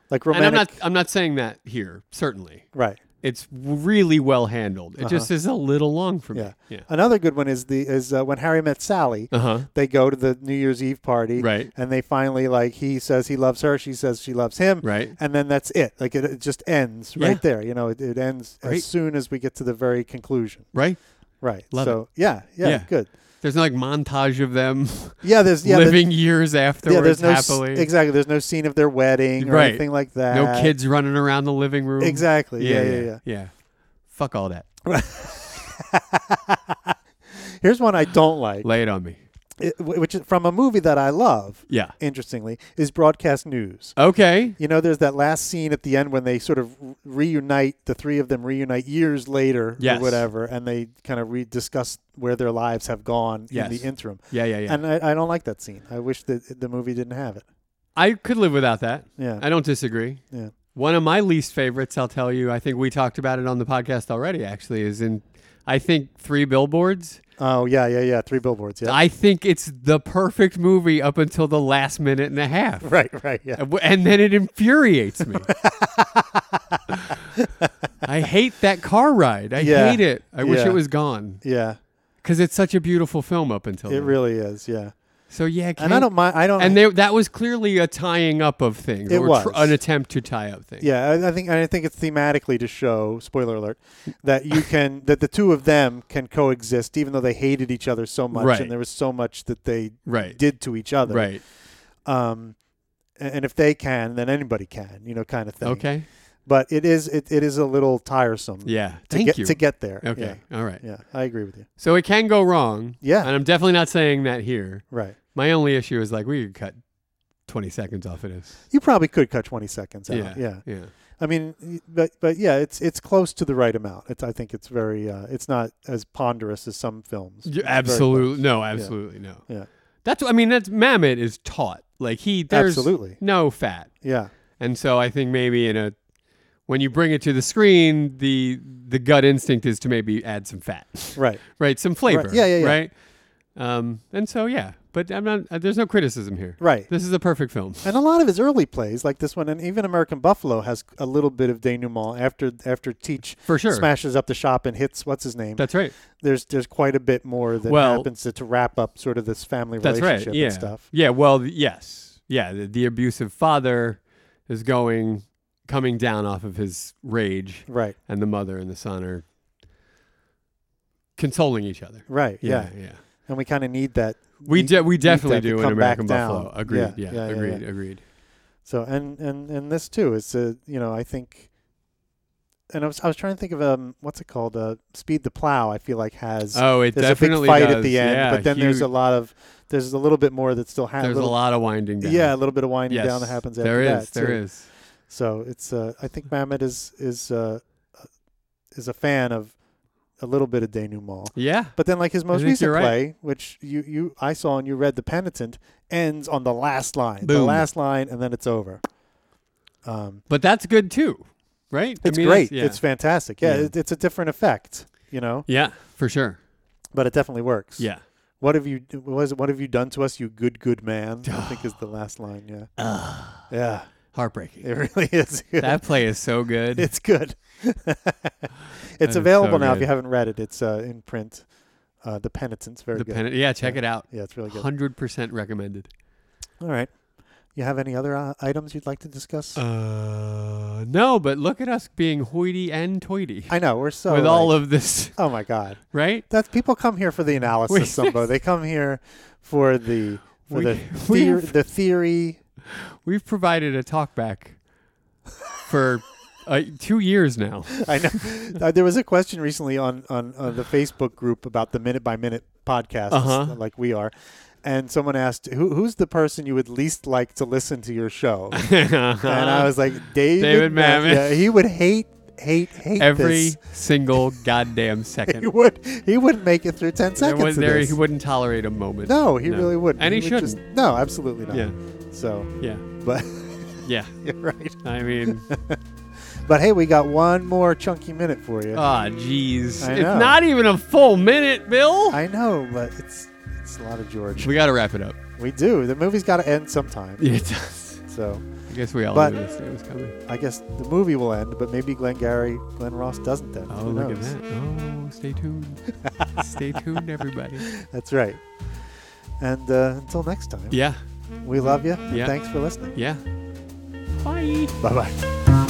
Like And romantic, I'm not. I'm not saying that here. Certainly, right? it's really well handled. It just is a little long for me. Uh-huh. Yeah. Yeah. Another good one is the is uh, when Harry met Sally. Uh huh. They go to the New Year's Eve party, Right. And they finally like he says he loves her, she says she loves him, Right. And then that's it. Like it, it just ends Yeah. right there. You know, it, it ends Right. as soon as we get to the very conclusion. Right. Right. Love so yeah, yeah, Yeah. good. There's no like montage of them Yeah, there's yeah, there's- living years yeah, afterwards there's no s- happily. exactly. There's no scene of their wedding or Right. anything like that. No kids running around the living room. Exactly. Yeah, yeah, yeah. yeah. Fuck all that. Here's one I don't like, Lay it on me. it- wh- which is from a movie that I love. Yeah. Interestingly, is broadcast news. Okay. You know, there's that last scene at the end when they sort of reunite, the three of them reunite years later Yes. or whatever, and they kind of rediscuss where their lives have gone Yes. in the interim. Yeah, yeah, yeah. And I, I don't like that scene. I wish that the movie didn't have it. I could live without that. Yeah. I don't disagree. Yeah. One of my least favorites, I'll tell you, I think we talked about it on the podcast already, actually, is in, I think, Three Billboards. Oh, yeah, yeah, yeah. Three billboards. Yeah. I think it's the perfect movie up until the last minute and a half. right, right. Yeah. And w- and then it infuriates me. I hate that car ride. I Yeah. hate it. I wish Yeah. it was gone Yeah. because it's such a beautiful film up until It then. really is. Yeah. So yeah, And I don't mind. I don't. Oh. And there, that was clearly a tying up of things. It or was. an attempt to tie up things. yeah, I, I think I think it's thematically to show spoiler alert that you can that the two of them can coexist even though they hated each other so much Right. and there was so much that they Right. did to each other. Right. um, a- and if they can, then anybody can, you know, kind of thing. Okay. But it is it, it is a little tiresome. Yeah. To Thank get you. to get there. okay. All right. Yeah. yeah, I agree with you. So it can go wrong. Yeah. And I'm definitely not saying that here. Right. My only issue is like we could cut 20 seconds off of this. You probably could cut twenty seconds out. Yeah. yeah. Yeah. I mean, y- but but yeah, it's it's close to the right amount. It's I think it's very uh, it's not as ponderous as some films. It's Y- very absolutely. No, absolutely no. Yeah. That's what I mean. That's Mamet is taught. Like he, there's Absolutely. no fat. close. Yeah. And so I think maybe in a, when you bring it to the screen, the the gut instinct is to maybe add some fat. Right. right? Some flavor, Yeah, yeah, yeah. right. Um, and so yeah, but I'm not. Uh, there's no criticism here. Right. This is a perfect film. And a lot of his early plays, like this one, and even American Buffalo has a little bit of denouement after after Teach For sure. smashes up the shop and hits what's his name. That's right. there's there's quite a bit more that Well- happens to, to wrap up sort of this family That's right. relationship Yeah. and stuff. Yeah. Well, th- yes. Yeah. The, the abusive father is going, coming down off of his rage, Right. and the mother and the son are consoling each other. Right. Yeah. Yeah. Yeah. And we kind of need that. We need- de- we need that definitely to do in come back American down. Buffalo. Agreed. Yeah. yeah, yeah. agreed. Agreed. So and and and this too is a you know I think. And I was, I was trying to think of um what's it called uh Speed the Plow I feel like has Oh, it there's a big definitely fight does. at the end Yeah, but then there's a huge- lot of there's a little bit more that still happens there's a lot of winding down. yeah a little bit of winding Yes. down that happens after There that is. There too. is. So it's uh, I think Mamet is is uh, is a fan of a little bit of denouement. Yeah. But then, like his most think recent you're right. play, which you, you I saw and you read, The Penitent, ends on the last line, the Boom. last line, and then it's over. Um, But that's good too, right? I it's mean, great. yeah. It's fantastic. Yeah, Yeah. It, it's a different effect, you know, yeah, for sure. but it definitely works. Yeah. What have you what was it, What have you done to us, you good good man? I think is the last line. Yeah. yeah. Heartbreaking. It really is. good. That play is so good. it's good. it's so available now if good. you haven't read it. It's uh, in print. Uh, the Penitent's very the good. pen- yeah, check it out. yeah, it's really good. Hundred percent recommended. All right. You have any other uh, items you'd like to discuss? Uh, no, but look at us being hoity and toity I know we're so with all like- of this, Oh my God! right? That's people come here for the We- analysis, Sumbo. They come here for the for We- the we theor- have- the theory. We've provided a talkback for Uh, two years now. I know. Uh, there was a question recently on, on on the Facebook group about the minute by minute podcast, uh, Uh-huh. like we are, and someone asked, "Who who's the person you would least like to listen to your show?" and I was like, "David, David Mamet." Mamet. Yeah, he would hate, hate, hate Every this. single goddamn He second. would. He wouldn't make it through ten There seconds. was, of there, this. he wouldn't tolerate a moment. No, he really wouldn't. And he, would shouldn't. just- no, absolutely not. Yeah. So, Yeah. but Yeah. you're right. I mean, But hey, we got one more chunky minute for you. ah, jeez. It's I know. not even a full minute, Bill. I know, but it's it's a lot of George. we got to wrap it up. We do. The movie's got to end sometime. Yeah, it does. So I guess we all But- knew this day was coming. I guess the movie will end, but maybe Glenn Gary, Glenn Ross doesn't then. Oh, Who look at knows? that. Oh, stay tuned. stay tuned, everybody. That's right. And uh, until next time, Yeah. we love you. and Yeah. Thanks for listening. Yeah. Bye. Bye bye. Bye.